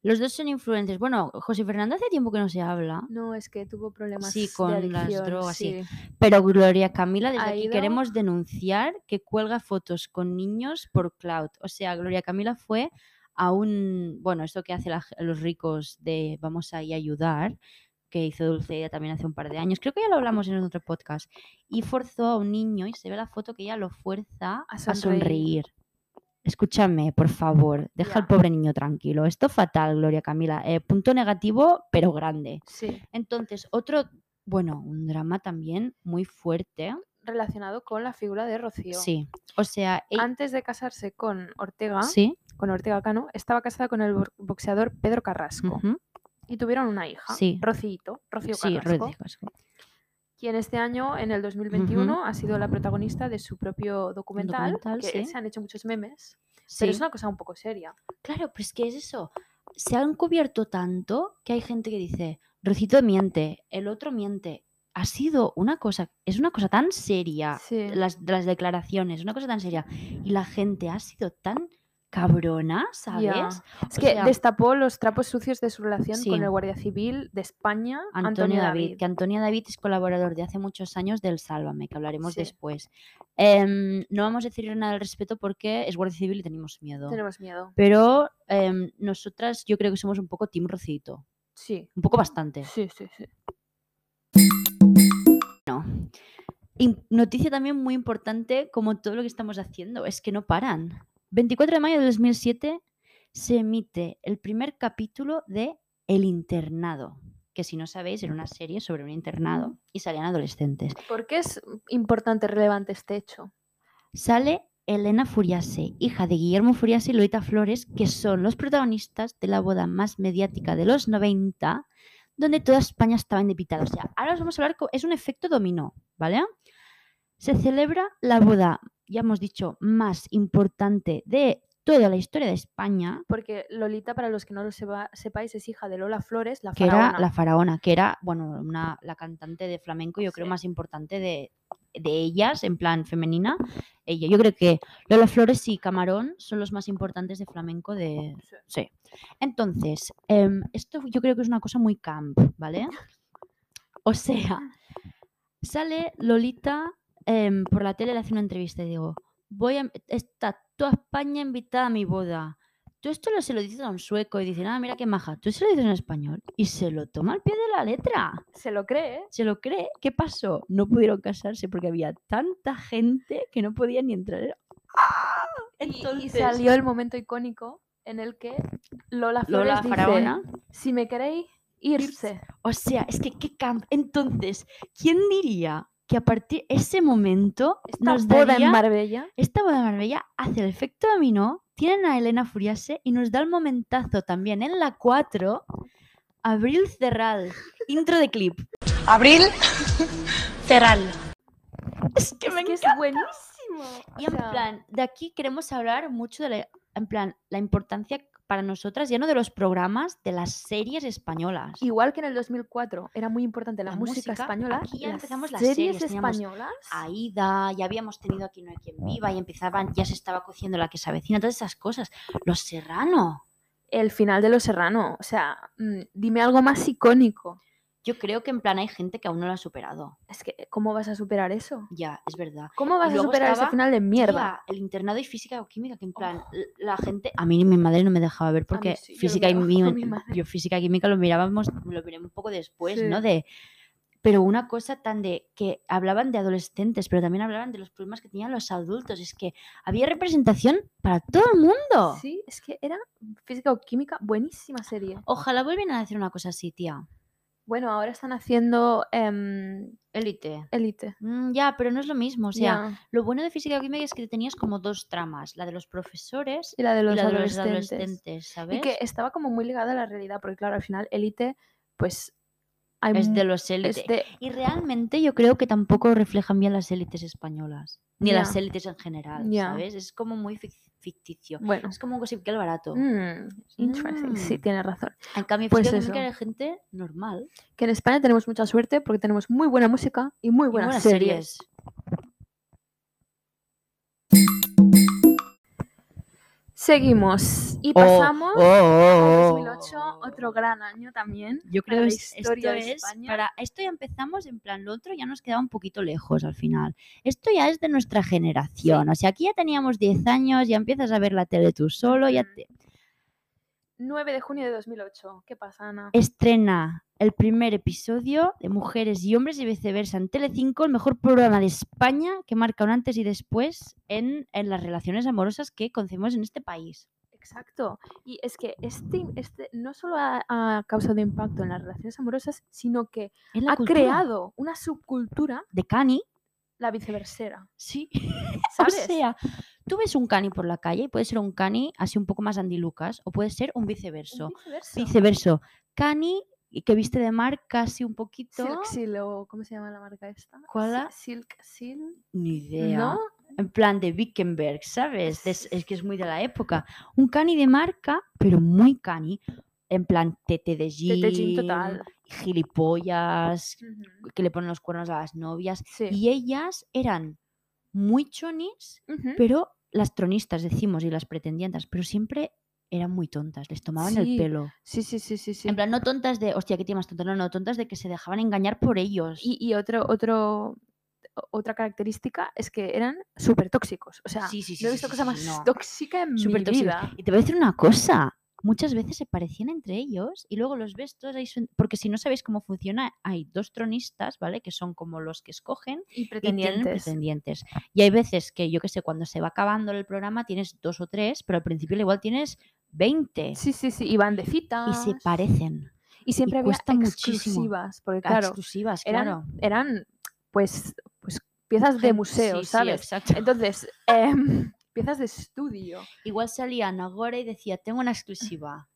[SPEAKER 2] los dos son influencers. Bueno, José Fernando hace tiempo que no se habla,
[SPEAKER 1] No, es que tuvo problemas
[SPEAKER 2] Sí, con
[SPEAKER 1] de
[SPEAKER 2] las
[SPEAKER 1] adicción.
[SPEAKER 2] drogas, sí.
[SPEAKER 1] sí.
[SPEAKER 2] pero Gloria Camila, desde
[SPEAKER 1] Ha
[SPEAKER 2] aquí
[SPEAKER 1] ido-
[SPEAKER 2] queremos denunciar que cuelga fotos con niños por cloud. O sea, Gloria Camila fue a un, bueno, esto que hace la g- los ricos de vamos ahí a ayudar, que hizo Dulce Ida también hace un par de años, creo que ya lo hablamos en otro podcast, y forzó a un niño, y se ve la foto que ella lo
[SPEAKER 1] A
[SPEAKER 2] fuerza a sonreír.
[SPEAKER 1] sonreír.
[SPEAKER 2] Escúchame, por favor, deja al
[SPEAKER 1] Ya.
[SPEAKER 2] pobre niño tranquilo. Esto fatal, Gloria Camila. Eh, punto negativo, pero grande.
[SPEAKER 1] Sí,
[SPEAKER 2] Entonces, otro, bueno, un drama también muy fuerte.
[SPEAKER 1] relacionado con la figura de Rocío.
[SPEAKER 2] Sí. O sea, ella-
[SPEAKER 1] Antes de casarse con Ortega,
[SPEAKER 2] sí.
[SPEAKER 1] con Ortega Cano, estaba casada con el bo- boxeador Pedro Carrasco
[SPEAKER 2] ujú,
[SPEAKER 1] y tuvieron una hija,
[SPEAKER 2] Sí.
[SPEAKER 1] Rocíito, Rocío
[SPEAKER 2] sí,
[SPEAKER 1] Carrasco,
[SPEAKER 2] Rodrigo, sí.
[SPEAKER 1] quien este año, en el 2021, ha sido la protagonista de su propio documental,
[SPEAKER 2] Documental,
[SPEAKER 1] que
[SPEAKER 2] sí.
[SPEAKER 1] se han hecho muchos memes, pero es
[SPEAKER 2] Sí.
[SPEAKER 1] una cosa un poco seria.
[SPEAKER 2] Claro, pero es que es eso. Se han cubierto tanto que hay gente que dice, Rocito miente, el otro miente. Ha sido una cosa, es una cosa tan seria
[SPEAKER 1] Sí.
[SPEAKER 2] las, las declaraciones, una cosa tan seria. Y la gente ha sido tan cabrona, ¿sabes?
[SPEAKER 1] Ya. Es
[SPEAKER 2] O
[SPEAKER 1] que
[SPEAKER 2] sea,
[SPEAKER 1] destapó los trapos sucios de su relación
[SPEAKER 2] Sí.
[SPEAKER 1] con el Guardia Civil de España,
[SPEAKER 2] Antonio,
[SPEAKER 1] Antonio,
[SPEAKER 2] David,
[SPEAKER 1] David.
[SPEAKER 2] que Antonio David es colaborador de hace muchos años del Sálvame, que hablaremos
[SPEAKER 1] Sí.
[SPEAKER 2] después. Em, no vamos a decir nada al respeto porque es Guardia Civil y tenemos miedo.
[SPEAKER 1] Tenemos miedo.
[SPEAKER 2] Pero em, nosotras yo creo que somos un poco Team Rocito,
[SPEAKER 1] Sí.
[SPEAKER 2] un poco bastante.
[SPEAKER 1] Sí, sí, sí.
[SPEAKER 2] Y noticia también muy importante, como todo lo que estamos haciendo, es que no paran. 24 de mayo de 2007 se emite el primer capítulo de El internado, que si no sabéis era una serie sobre un internado y salían adolescentes.
[SPEAKER 1] ¿Por qué es importante, relevante este hecho?
[SPEAKER 2] sale Elena Furiase, hija de Guillermo Furiase y Lolita Flores, que son los protagonistas de la boda más mediática de los 90, donde toda España estaba invitada. O sea, ahora os vamos a hablar, co- es un efecto dominó, ¿vale? Se celebra la boda, ya hemos dicho, más importante de toda la historia de España,
[SPEAKER 1] Porque Lolita, para los que no lo sepa- sepáis, es hija de Lola Flores, la
[SPEAKER 2] que
[SPEAKER 1] faraona.
[SPEAKER 2] era la faraona, que era, bueno, una, la cantante de flamenco, yo creo,
[SPEAKER 1] Sí.
[SPEAKER 2] más importante de, de ellas, en plan femenina. Ella. Yo creo que Lola Flores y Camarón son los más importantes de flamenco de...
[SPEAKER 1] Sí.
[SPEAKER 2] Sí. Entonces, em, esto yo creo que es una cosa muy camp, ¿vale? O sea, sale Lolita em, por la tele, le hace una entrevista y digo, voy a... Está toda España invitada a mi boda. Tú esto lo, se lo dices a un sueco y dice, ah, mira qué maja. Tú se lo dices en español y se lo toma al pie de la letra.
[SPEAKER 1] Se lo cree, ¿eh?
[SPEAKER 2] Se lo cree. ¿Qué pasó? No pudieron casarse porque había tanta gente que no podía ni entrar. ¡Ah!
[SPEAKER 1] Y-
[SPEAKER 2] Entonces,
[SPEAKER 1] Y, salió el momento icónico en el que Lola Flores
[SPEAKER 2] Lola
[SPEAKER 1] dice,
[SPEAKER 2] Faraona.
[SPEAKER 1] si me queréis, irse.
[SPEAKER 2] O sea, es que qué camp. Entonces, ¿quién diría que a partir de ese momento
[SPEAKER 1] Esta
[SPEAKER 2] nos
[SPEAKER 1] boda
[SPEAKER 2] daría-
[SPEAKER 1] en Marbella.
[SPEAKER 2] Esta boda de Marbella hace el efecto dominó, tienen a Elena Furiase y nos da el momentazo también en la 4, Abril Cerral, intro de clip.
[SPEAKER 4] Abril Terral.
[SPEAKER 2] Es que
[SPEAKER 1] es
[SPEAKER 2] me
[SPEAKER 1] que es
[SPEAKER 2] encanta.
[SPEAKER 1] buenísimo.
[SPEAKER 2] Y
[SPEAKER 1] O
[SPEAKER 2] en
[SPEAKER 1] sea,
[SPEAKER 2] plan, de aquí queremos hablar mucho de la, en plan, la importancia para nosotras, ya no de los programas, de las series españolas.
[SPEAKER 1] Igual que en el 2004 era muy importante la,
[SPEAKER 2] La
[SPEAKER 1] música,
[SPEAKER 2] música,
[SPEAKER 1] española,
[SPEAKER 2] aquí ya empezamos las
[SPEAKER 1] series,
[SPEAKER 2] series, teníamos
[SPEAKER 1] españolas.
[SPEAKER 2] Aida, ya habíamos tenido aquí No hay quien viva y empezaban, ya se estaba cociendo la que se avecina, todas esas cosas. Los Serrano.
[SPEAKER 1] El final de Los Serrano. O sea, mm, dime algo más icónico.
[SPEAKER 2] Yo creo que en plan hay gente que aún no lo ha superado.
[SPEAKER 1] Es que, ¿cómo vas a superar eso?
[SPEAKER 2] Ya, es verdad.
[SPEAKER 1] ¿Cómo vas a
[SPEAKER 2] luego
[SPEAKER 1] superar
[SPEAKER 2] estaba
[SPEAKER 1] ese final de mierda?
[SPEAKER 2] Tía, el internado y física o química, que en plan, l- la gente, a mí mi madre no me dejaba ver porque
[SPEAKER 1] sí, yo lo
[SPEAKER 2] física y
[SPEAKER 1] miraba
[SPEAKER 2] mi-
[SPEAKER 1] con mi madre.
[SPEAKER 2] yo física y química lo mirábamos, lo miré un poco después,
[SPEAKER 1] Sí.
[SPEAKER 2] ¿no? De pero una cosa tan de que hablaban de adolescentes, pero también hablaban de los problemas que tenían los adultos, es que había representación para todo el mundo.
[SPEAKER 1] Sí, es que era física o química, buenísima serie.
[SPEAKER 2] Ojalá vuelvan a hacer una cosa así, tía.
[SPEAKER 1] Bueno, ahora están haciendo em,
[SPEAKER 2] Élite.
[SPEAKER 1] Elite.
[SPEAKER 2] Mm, ya, pero no es lo mismo, o sea,
[SPEAKER 1] Ya.
[SPEAKER 2] lo bueno de física y química es que tenías como dos tramas, la de los profesores
[SPEAKER 1] y la de
[SPEAKER 2] y
[SPEAKER 1] los
[SPEAKER 2] la de los
[SPEAKER 1] adolescentes.
[SPEAKER 2] adolescentes, ¿sabes?
[SPEAKER 1] y que estaba como muy ligada a la realidad, porque claro, al final Elite, pues hay
[SPEAKER 2] es de
[SPEAKER 1] mu-
[SPEAKER 2] los élites.
[SPEAKER 1] es de-
[SPEAKER 2] Y realmente yo creo que tampoco reflejan bien las élites españolas, ni
[SPEAKER 1] Ya.
[SPEAKER 2] las élites en general,
[SPEAKER 1] Ya.
[SPEAKER 2] ¿sabes? Es como muy fic- ficticio.
[SPEAKER 1] Bueno.
[SPEAKER 2] Es como un gossip Girl barato.
[SPEAKER 1] Mm, interesting. Sí,
[SPEAKER 2] Mm.
[SPEAKER 1] tienes razón.
[SPEAKER 2] En cambio,
[SPEAKER 1] Pues
[SPEAKER 2] pues que
[SPEAKER 1] eso.
[SPEAKER 2] hay gente normal.
[SPEAKER 1] Que en España tenemos mucha suerte porque tenemos muy buena música y muy
[SPEAKER 2] y
[SPEAKER 1] buenas,
[SPEAKER 2] buenas
[SPEAKER 1] series.
[SPEAKER 2] series.
[SPEAKER 1] Seguimos
[SPEAKER 2] Oh,
[SPEAKER 1] y pasamos al 2008, otro gran año también. para
[SPEAKER 2] Yo creo
[SPEAKER 1] la
[SPEAKER 2] que es- esto
[SPEAKER 1] historia de
[SPEAKER 2] es
[SPEAKER 1] España.
[SPEAKER 2] para esto ya empezamos en plan lo otro ya nos queda un poquito lejos al final. Esto ya es de nuestra generación, o sea, aquí ya teníamos 10 años, ya empiezas a ver la tele tú solo, ya
[SPEAKER 1] Ujú.
[SPEAKER 2] te-
[SPEAKER 1] 9 de junio de 2008. ¿Qué pasa, Ana?
[SPEAKER 2] estrena el primer episodio de Mujeres y Hombres y viceversa en Telecinco, el mejor programa de España que marca un antes y después en, en las relaciones amorosas que concebimos en este país.
[SPEAKER 1] Exacto. Y es que este, este no solo ha, ha causado impacto en las relaciones amorosas, sino que
[SPEAKER 2] Es la
[SPEAKER 1] ha
[SPEAKER 2] cultura
[SPEAKER 1] creado una subcultura,
[SPEAKER 2] de Cani,
[SPEAKER 1] la viceversera.
[SPEAKER 2] sí.
[SPEAKER 1] ¿Sabes?
[SPEAKER 2] O sea, tú ves un cani por la calle y puede ser un cani así un poco más andilucas o puede ser un
[SPEAKER 1] Un
[SPEAKER 2] viceverso.
[SPEAKER 1] viceverso.
[SPEAKER 2] Viceverso. Cani y que viste de mar casi un poquito.
[SPEAKER 1] Silk Seal, o ¿cómo se llama la marca esta?
[SPEAKER 2] ¿Cuál
[SPEAKER 1] Si-
[SPEAKER 2] la-
[SPEAKER 1] Silk Seal.
[SPEAKER 2] Ni idea.
[SPEAKER 1] ¿No?
[SPEAKER 2] En plan de Wickenberg, ¿sabes? De es, es que es muy de la época. Un cani de marca, pero muy cani. En plan tete de
[SPEAKER 1] De
[SPEAKER 2] jean,
[SPEAKER 1] Tejin total.
[SPEAKER 2] gilipollas,
[SPEAKER 1] Ujú.
[SPEAKER 2] que le ponen los cuernos a las novias.
[SPEAKER 1] Sí.
[SPEAKER 2] Y ellas eran muy chonis
[SPEAKER 1] Ujú.
[SPEAKER 2] pero las tronistas, decimos, y las pretendientas, pero siempre eran muy tontas, les tomaban
[SPEAKER 1] Sí,
[SPEAKER 2] el pelo.
[SPEAKER 1] Sí, sí, sí, sí, sí.
[SPEAKER 2] En plan, no tontas de, hostia, qué tía más tonta, no, no, tontas de que se dejaban engañar por ellos.
[SPEAKER 1] Y, y otro, otro, o- otra característica es que eran súper tóxicos. O sea,
[SPEAKER 2] Sí, sí, sí,
[SPEAKER 1] no he
[SPEAKER 2] sí,
[SPEAKER 1] visto
[SPEAKER 2] sí,
[SPEAKER 1] cosa
[SPEAKER 2] sí,
[SPEAKER 1] más
[SPEAKER 2] no.
[SPEAKER 1] tóxica en mi
[SPEAKER 2] Supertóxicos.
[SPEAKER 1] vida.
[SPEAKER 2] Y te voy a decir una cosa, muchas veces se parecían entre ellos y luego los ves todos ahí, son- porque si no sabéis cómo funciona, hay dos tronistas, ¿vale? Que son como los que escogen
[SPEAKER 1] Y
[SPEAKER 2] y tienen
[SPEAKER 1] pretendientes.
[SPEAKER 2] pretendientes. Y hay veces que, yo qué sé, cuando se va acabando el programa tienes dos o tres, pero al principio igual tienes 20
[SPEAKER 1] Sí, Ah. sí, sí. Y van de citas.
[SPEAKER 2] y se parecen.
[SPEAKER 1] Y siempre había
[SPEAKER 2] cuesta muchísimo.
[SPEAKER 1] exclusivas. Porque
[SPEAKER 2] a
[SPEAKER 1] claro,
[SPEAKER 2] exclusivas,
[SPEAKER 1] eran,
[SPEAKER 2] claro.
[SPEAKER 1] eran pues, pues piezas de
[SPEAKER 2] Gen-
[SPEAKER 1] museo,
[SPEAKER 2] sí, sí,
[SPEAKER 1] ¿sabes?
[SPEAKER 2] exacto.
[SPEAKER 1] Entonces, em, piezas de estudio.
[SPEAKER 2] Igual salían ahora y decía, tengo una exclusiva.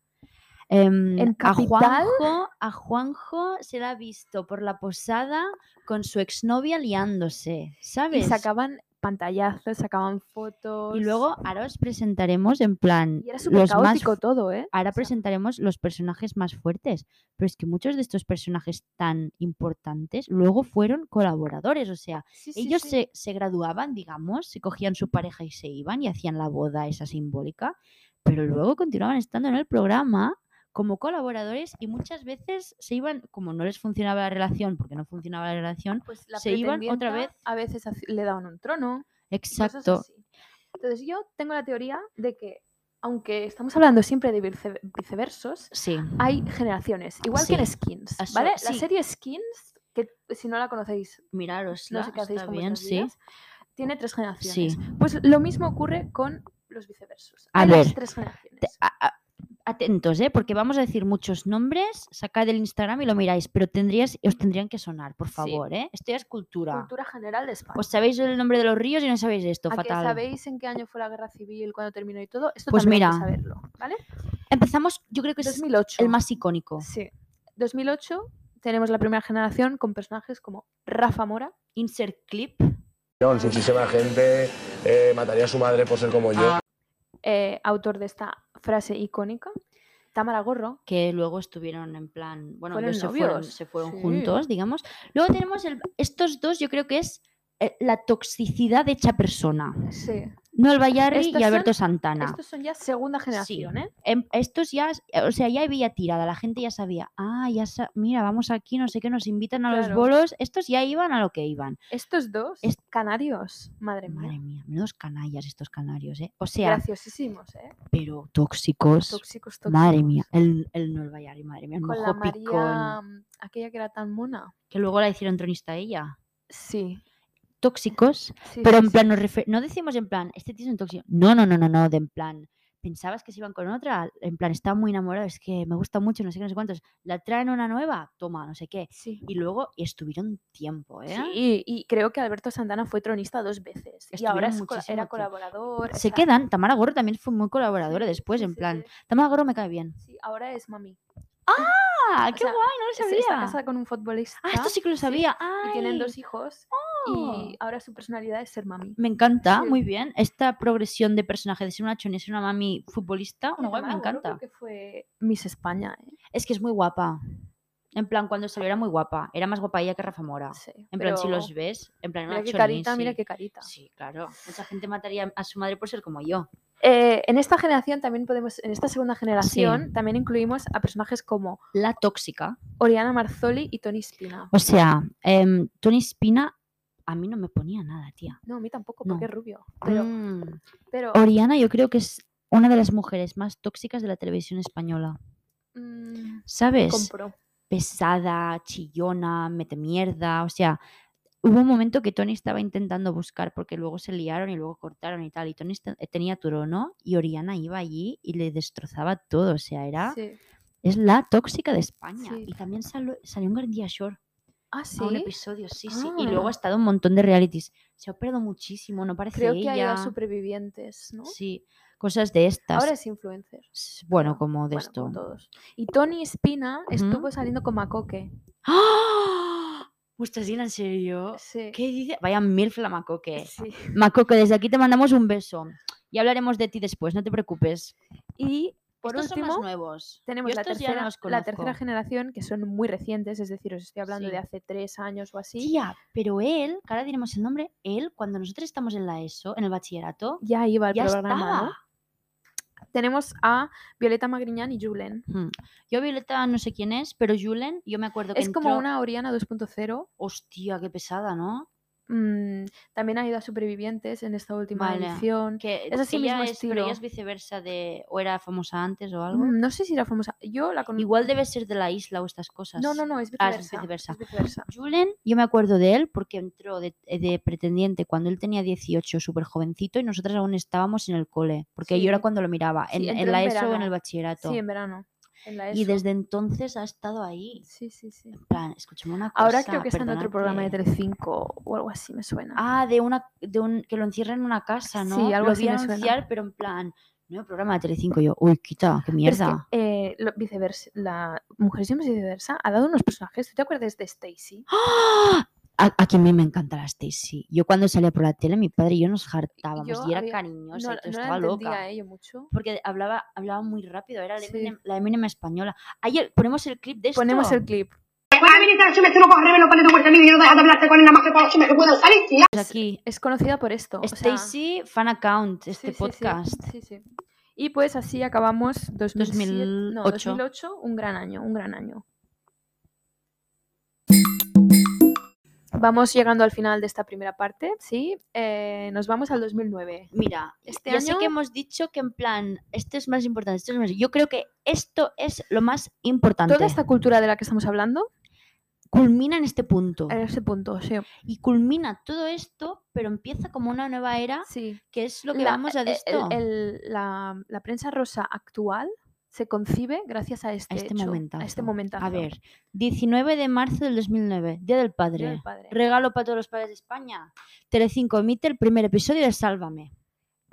[SPEAKER 2] Em,
[SPEAKER 1] En
[SPEAKER 2] a,
[SPEAKER 1] Capital-
[SPEAKER 2] Juanjo, a Juanjo se la ha visto por la posada con su exnovia liándose,
[SPEAKER 1] Y
[SPEAKER 2] ¿sabes?
[SPEAKER 1] sacaban pantallazos, sacaban fotos.
[SPEAKER 2] Y luego ahora os presentaremos en plan
[SPEAKER 1] Y era súper
[SPEAKER 2] los más
[SPEAKER 1] caótico todo, ¿eh?
[SPEAKER 2] Ahora
[SPEAKER 1] O sea,
[SPEAKER 2] presentaremos los personajes más fuertes, pero es que muchos de estos personajes tan importantes luego fueron colaboradores, o sea,
[SPEAKER 1] Ah, sí, sí,
[SPEAKER 2] Ellos
[SPEAKER 1] sí.
[SPEAKER 2] Se, se graduaban, digamos, se cogían su pareja y se iban y hacían la boda esa simbólica, pero luego continuaban estando en el programa como colaboradores y muchas veces se iban, como no les funcionaba la relación, porque no funcionaba la relación,
[SPEAKER 1] pues la
[SPEAKER 2] se iban otra
[SPEAKER 1] pretendienta
[SPEAKER 2] vez.
[SPEAKER 1] A veces haci- le daban un trono. cosas
[SPEAKER 2] exacto,
[SPEAKER 1] así. Entonces yo tengo la teoría de que, aunque estamos hablando siempre de vice- viceversos,
[SPEAKER 2] sí,
[SPEAKER 1] hay generaciones, igual que en
[SPEAKER 2] Sí.
[SPEAKER 1] Skins,
[SPEAKER 2] Eso-
[SPEAKER 1] ¿vale? La
[SPEAKER 2] sí.
[SPEAKER 1] serie Skins, que si no la conocéis,
[SPEAKER 2] miraros,
[SPEAKER 1] no sé qué hacéis
[SPEAKER 2] está
[SPEAKER 1] con
[SPEAKER 2] bien,
[SPEAKER 1] vuestras
[SPEAKER 2] sí,
[SPEAKER 1] vidas, tiene tres generaciones.
[SPEAKER 2] sí.
[SPEAKER 1] Pues lo mismo ocurre con los viceversos.
[SPEAKER 2] A
[SPEAKER 1] hay las
[SPEAKER 2] ver,
[SPEAKER 1] tres generaciones.
[SPEAKER 2] Te- a- a- Atentos, ¿eh? porque vamos a decir muchos nombres, sacad el Instagram y lo miráis, pero tendrías, os tendrían que sonar, por
[SPEAKER 1] Sí.
[SPEAKER 2] favor. ¿eh? Esto ya es cultura.
[SPEAKER 1] Cultura general de España.
[SPEAKER 2] Os sabéis el nombre de los ríos y no sabéis esto,
[SPEAKER 1] ¿A que
[SPEAKER 2] fatal.
[SPEAKER 1] sabéis en qué año fue la guerra civil, cuándo terminó y todo? Esto
[SPEAKER 2] Pues
[SPEAKER 1] también hay que
[SPEAKER 2] mira.
[SPEAKER 1] saberlo, ¿vale?
[SPEAKER 2] Empezamos, yo creo que es
[SPEAKER 1] 2008.
[SPEAKER 2] el más icónico.
[SPEAKER 1] Sí. 2008 tenemos la primera generación con personajes como Rafa Mora.
[SPEAKER 2] Insert clip.
[SPEAKER 5] Muchísima gente eh, mataría a su madre por ser como yo.
[SPEAKER 1] eh, autor de esta frase icónica, Tamara Gorro.
[SPEAKER 2] Que luego estuvieron en plan. Bueno,
[SPEAKER 1] Fueron
[SPEAKER 2] ellos se fueron,
[SPEAKER 1] novios,
[SPEAKER 2] se fueron
[SPEAKER 1] sí.
[SPEAKER 2] juntos, digamos. Luego tenemos el- estos dos, yo creo que es eh, la toxicidad de hecha persona.
[SPEAKER 1] Sí.
[SPEAKER 2] Noel Bayarri
[SPEAKER 1] Estos
[SPEAKER 2] y Alberto
[SPEAKER 1] son-
[SPEAKER 2] Santana.
[SPEAKER 1] Estos son ya segunda generación, ¿eh?
[SPEAKER 2] Em, estos ya, o sea, ya había tirada, la gente ya sabía, ah, ya sa- mira, vamos aquí, no sé qué, nos invitan a los
[SPEAKER 1] Claro.
[SPEAKER 2] bolos, estos ya iban a lo que iban.
[SPEAKER 1] Estos dos,
[SPEAKER 2] Es-
[SPEAKER 1] canarios, madre mía.
[SPEAKER 2] Madre mía, menos canallas estos canarios, ¿eh? O sea,
[SPEAKER 1] Graciosísimos, ¿eh?
[SPEAKER 2] pero
[SPEAKER 1] Tóxicos,
[SPEAKER 2] tóxicos.
[SPEAKER 1] tóxicos.
[SPEAKER 2] Pues, Madre mía, el, el Noel Bayarri, madre mía, el
[SPEAKER 1] Con la
[SPEAKER 2] mojo
[SPEAKER 1] María,
[SPEAKER 2] picón.
[SPEAKER 1] mm, aquella que era tan mona.
[SPEAKER 2] Que luego la hicieron tronista a ella.
[SPEAKER 1] Sí.
[SPEAKER 2] Tóxicos,
[SPEAKER 1] sí,
[SPEAKER 2] pero
[SPEAKER 1] sí,
[SPEAKER 2] en
[SPEAKER 1] sí.
[SPEAKER 2] plan, nos refe- no decimos en plan, este tío es un tóxico. No, no, no, no, no, de en plan, pensabas que se iban con otra, en plan, estaba muy enamorado, es que me gusta mucho, no sé qué, no sé cuántos. La traen una nueva, toma, no sé qué.
[SPEAKER 1] Sí.
[SPEAKER 2] Y luego estuvieron tiempo, ¿eh?
[SPEAKER 1] Sí, y creo que Alberto Santana fue tronista dos veces. Y ahora
[SPEAKER 2] Estuvieron
[SPEAKER 1] es co-
[SPEAKER 2] muchísimo
[SPEAKER 1] era
[SPEAKER 2] tiempo.
[SPEAKER 1] colaborador. o
[SPEAKER 2] Se
[SPEAKER 1] sea,
[SPEAKER 2] quedan, Tamara Gorro también fue muy
[SPEAKER 1] sí,
[SPEAKER 2] colaboradora después,
[SPEAKER 1] sí,
[SPEAKER 2] en
[SPEAKER 1] sí,
[SPEAKER 2] plan,
[SPEAKER 1] sí.
[SPEAKER 2] Tamara Gorro me cae bien.
[SPEAKER 1] Sí, ahora es mami.
[SPEAKER 2] ¡Ah! ¡Qué
[SPEAKER 1] sea,
[SPEAKER 2] guay! No lo
[SPEAKER 1] Se- Está
[SPEAKER 2] sabía.
[SPEAKER 1] casada con un futbolista.
[SPEAKER 2] Ah, esto sí que ¡Oh! lo sabía.
[SPEAKER 1] Y tienen
[SPEAKER 2] Ay,
[SPEAKER 1] dos hijos. Y ahora su personalidad es ser mami.
[SPEAKER 2] Me encanta,
[SPEAKER 1] Sí.
[SPEAKER 2] muy bien. Esta progresión de personaje de ser una choni, ser una mami futbolista, una
[SPEAKER 1] Mi
[SPEAKER 2] Ah, guay, me
[SPEAKER 1] hermana, bueno, creo
[SPEAKER 2] encanta.
[SPEAKER 1] que fue Miss España. ¿eh?
[SPEAKER 2] Es que es muy guapa. En plan, cuando salió era muy guapa. Era más guapa ella que Rafa Mora.
[SPEAKER 1] Sí,
[SPEAKER 2] Ah, En plan, si
[SPEAKER 1] pero
[SPEAKER 2] los ves, en plan,
[SPEAKER 1] Mira
[SPEAKER 2] una
[SPEAKER 1] qué
[SPEAKER 2] choni,
[SPEAKER 1] carita, mira
[SPEAKER 2] sí.
[SPEAKER 1] qué carita.
[SPEAKER 2] Sí, claro. Mucha gente mataría a su madre por ser como yo.
[SPEAKER 1] Eh, en esta generación también podemos, en esta segunda generación, también incluimos a personajes como
[SPEAKER 2] La tóxica.
[SPEAKER 1] Oriana Marzoli y Tony Spina.
[SPEAKER 2] O sea, em, Tony Spina a mí no me ponía nada, tía.
[SPEAKER 1] No, a mí tampoco,
[SPEAKER 2] No.
[SPEAKER 1] porque es rubio. Pero,
[SPEAKER 2] Mm.
[SPEAKER 1] pero
[SPEAKER 2] Oriana yo creo que es una de las mujeres más tóxicas de la televisión española.
[SPEAKER 1] mm,
[SPEAKER 2] ¿Sabes?
[SPEAKER 1] compró.
[SPEAKER 2] pesada, chillona, mete mierda, o sea, hubo un momento que Tony estaba intentando buscar porque luego se liaron y luego cortaron y tal, y Tony esta- eh, tenía Turono y Oriana iba allí y le destrozaba todo, o sea, era
[SPEAKER 1] Sí.
[SPEAKER 2] es la tóxica de España.
[SPEAKER 1] Sí.
[SPEAKER 2] Y también salió, salió en Guernica Shore
[SPEAKER 1] Ah, sí.
[SPEAKER 2] a un episodio, sí, sí, y luego
[SPEAKER 1] Ah.
[SPEAKER 2] ha estado en un montón de realities. Se ha operado muchísimo, no parece
[SPEAKER 1] Creo que
[SPEAKER 2] ella.
[SPEAKER 1] ha ido a supervivientes, ¿no?
[SPEAKER 2] Sí, cosas de estas.
[SPEAKER 1] Ahora es influencer.
[SPEAKER 2] s- Bueno,
[SPEAKER 1] ¿no?
[SPEAKER 2] como de
[SPEAKER 1] Bueno,
[SPEAKER 2] esto.
[SPEAKER 1] como todos. Y Tony Espina estuvo saliendo con Macoque.
[SPEAKER 2] ¡Ah! Mustachina, en serio?
[SPEAKER 1] Sí.
[SPEAKER 2] ¿Qué dice? Vaya mil flamacoque.
[SPEAKER 1] Sí.
[SPEAKER 2] Macoque, desde aquí te mandamos un beso. Y hablaremos de ti después, no te preocupes.
[SPEAKER 1] Y por
[SPEAKER 2] Estos son
[SPEAKER 1] último,
[SPEAKER 2] más nuevos.
[SPEAKER 1] tenemos
[SPEAKER 2] Yo
[SPEAKER 1] la
[SPEAKER 2] estos ya
[SPEAKER 1] tercera,
[SPEAKER 2] no los
[SPEAKER 1] la tercera
[SPEAKER 2] conozco.
[SPEAKER 1] generación, que son muy recientes, es decir, os estoy hablando
[SPEAKER 2] Sí.
[SPEAKER 1] de hace tres años o así.
[SPEAKER 2] Tía, pero él, que ahora diremos el nombre, él, cuando nosotros estamos en la ESO, en el bachillerato,
[SPEAKER 1] Ya iba al
[SPEAKER 2] ya
[SPEAKER 1] programa, ¿no? Tenemos a Violeta Magriñán y Julen.
[SPEAKER 2] estaba. Mm. Yo Violeta no sé quién es, pero Julen, yo me acuerdo que
[SPEAKER 1] Es como
[SPEAKER 2] entró-
[SPEAKER 1] una Oriana 2.0.
[SPEAKER 2] Hostia, qué pesada, ¿no?
[SPEAKER 1] Mm, también ha ido a Supervivientes en esta última
[SPEAKER 2] Vale.
[SPEAKER 1] edición.
[SPEAKER 2] Que
[SPEAKER 1] Es así
[SPEAKER 2] ella
[SPEAKER 1] mismo
[SPEAKER 2] es, pero
[SPEAKER 1] estilo.
[SPEAKER 2] ella es viceversa de... o era famosa antes o algo.
[SPEAKER 1] Mm, No sé si era famosa. Yo la conozco.
[SPEAKER 2] Igual debe ser de la isla o estas cosas.
[SPEAKER 1] No, no, no, es
[SPEAKER 2] Ah,
[SPEAKER 1] viceversa.
[SPEAKER 2] es viceversa.
[SPEAKER 1] es viceversa.
[SPEAKER 2] Julen, yo me acuerdo de él porque entró de, eh, de pretendiente cuando él tenía 18, súper jovencito, y nosotras aún estábamos en el cole, porque yo era
[SPEAKER 1] Sí.
[SPEAKER 2] cuando lo miraba,
[SPEAKER 1] Sí,
[SPEAKER 2] en, en
[SPEAKER 1] entró en
[SPEAKER 2] la ESO o en
[SPEAKER 1] verano.
[SPEAKER 2] el bachillerato.
[SPEAKER 1] Sí, en verano. en la
[SPEAKER 2] y
[SPEAKER 1] ESO.
[SPEAKER 2] desde entonces ha estado ahí.
[SPEAKER 1] Sí, sí, sí.
[SPEAKER 2] En plan, escúchame una cosa.
[SPEAKER 1] Ahora creo que está en otro programa de
[SPEAKER 2] perdona que-
[SPEAKER 1] Telecinco o algo así, me suena.
[SPEAKER 2] Ah, de una de un que lo encierran en una casa, ¿no?
[SPEAKER 1] Sí, algo
[SPEAKER 2] lo
[SPEAKER 1] así
[SPEAKER 2] vi
[SPEAKER 1] me suena.
[SPEAKER 2] anunciar, pero en plan, nuevo programa de Telecinco. Yo, uy, quita, qué
[SPEAKER 1] Pero es que,
[SPEAKER 2] mierda.
[SPEAKER 1] eh, lo- viceversa, la mujer siempre es viceversa ha dado unos personajes. ¿Tú te acuerdas de Stacy?
[SPEAKER 2] ¡Ah! A, a que a mí me encanta la Stacy. Yo cuando salía por la tele, mi padre y yo nos hartábamos
[SPEAKER 1] Yo
[SPEAKER 2] y era
[SPEAKER 1] había- no,
[SPEAKER 2] cariñosa y yo
[SPEAKER 1] no
[SPEAKER 2] estaba
[SPEAKER 1] la entendía
[SPEAKER 2] loca.
[SPEAKER 1] a ello mucho.
[SPEAKER 2] porque hablaba, hablaba muy rápido, era la
[SPEAKER 1] Sí.
[SPEAKER 2] Eminem, la Eminem española. Ayer ponemos el clip de esto.
[SPEAKER 1] Ponemos el clip.
[SPEAKER 2] Pues aquí.
[SPEAKER 1] Es conocida por esto. o sea,
[SPEAKER 2] Stacy Fan Account, este
[SPEAKER 1] sí, sí, sí,
[SPEAKER 2] podcast.
[SPEAKER 1] Sí, sí. Y pues así acabamos 2007, no,
[SPEAKER 2] 2008.
[SPEAKER 1] 2008, un gran año, un gran año. Vamos llegando al final de esta primera parte, ¿sí? Eh, nos vamos al 2009.
[SPEAKER 2] Mira,
[SPEAKER 1] Este
[SPEAKER 2] ya
[SPEAKER 1] año...
[SPEAKER 2] sé que hemos dicho que en plan, esto es más importante, esto es más... Yo creo que esto es lo más importante.
[SPEAKER 1] Toda esta cultura de la que estamos hablando,
[SPEAKER 2] Culmina en este punto.
[SPEAKER 1] en ese punto, sí.
[SPEAKER 2] Y culmina todo esto, pero empieza como una nueva era,
[SPEAKER 1] sí.
[SPEAKER 2] que es lo que
[SPEAKER 1] La- eh,
[SPEAKER 2] vamos a este de
[SPEAKER 1] el-
[SPEAKER 2] esto.
[SPEAKER 1] el- la, la prensa rosa actual se concibe gracias a este,
[SPEAKER 2] a este
[SPEAKER 1] hecho,
[SPEAKER 2] momento.
[SPEAKER 1] A este momentazo.
[SPEAKER 2] A ver, 19 de marzo del 2009, Día del Padre.
[SPEAKER 1] Día del Padre.
[SPEAKER 2] Regalo para todos los padres de España. Telecinco emite el primer episodio de Sálvame.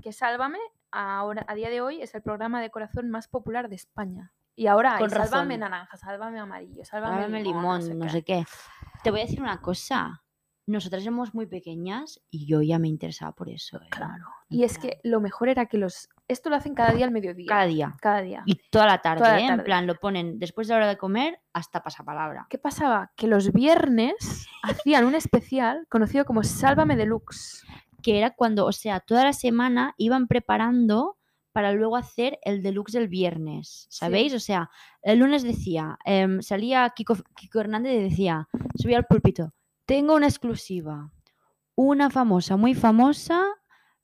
[SPEAKER 1] que Sálvame ahora, a día de hoy es el programa de corazón más popular de España. Y ahora hay
[SPEAKER 2] Con
[SPEAKER 1] Sálvame
[SPEAKER 2] razón.
[SPEAKER 1] naranja, Sálvame amarillo, Sálvame,
[SPEAKER 2] Sálvame limón, no sé qué. Te voy a decir una cosa. Nosotras éramos muy pequeñas y yo ya me interesaba por eso. ¿eh?
[SPEAKER 1] Claro.
[SPEAKER 2] En
[SPEAKER 1] Y es
[SPEAKER 2] plan,
[SPEAKER 1] que lo mejor era que los... Esto lo hacen cada día al mediodía.
[SPEAKER 2] Cada día.
[SPEAKER 1] Cada día.
[SPEAKER 2] Y toda la tarde,
[SPEAKER 1] Ah. la
[SPEAKER 2] ¿eh? En
[SPEAKER 1] tarde.
[SPEAKER 2] plan, lo ponen después de la hora de comer hasta pasapalabra.
[SPEAKER 1] ¿Qué pasaba? Que los viernes hacían un especial conocido como Sálvame Deluxe.
[SPEAKER 2] Que era cuando, o sea, toda la semana iban preparando para luego hacer el deluxe del viernes, ¿sabéis? O sea, el lunes decía, em, salía Kiko, Kiko Hernández y decía, subía al púlpito, tengo una exclusiva, una famosa, muy famosa,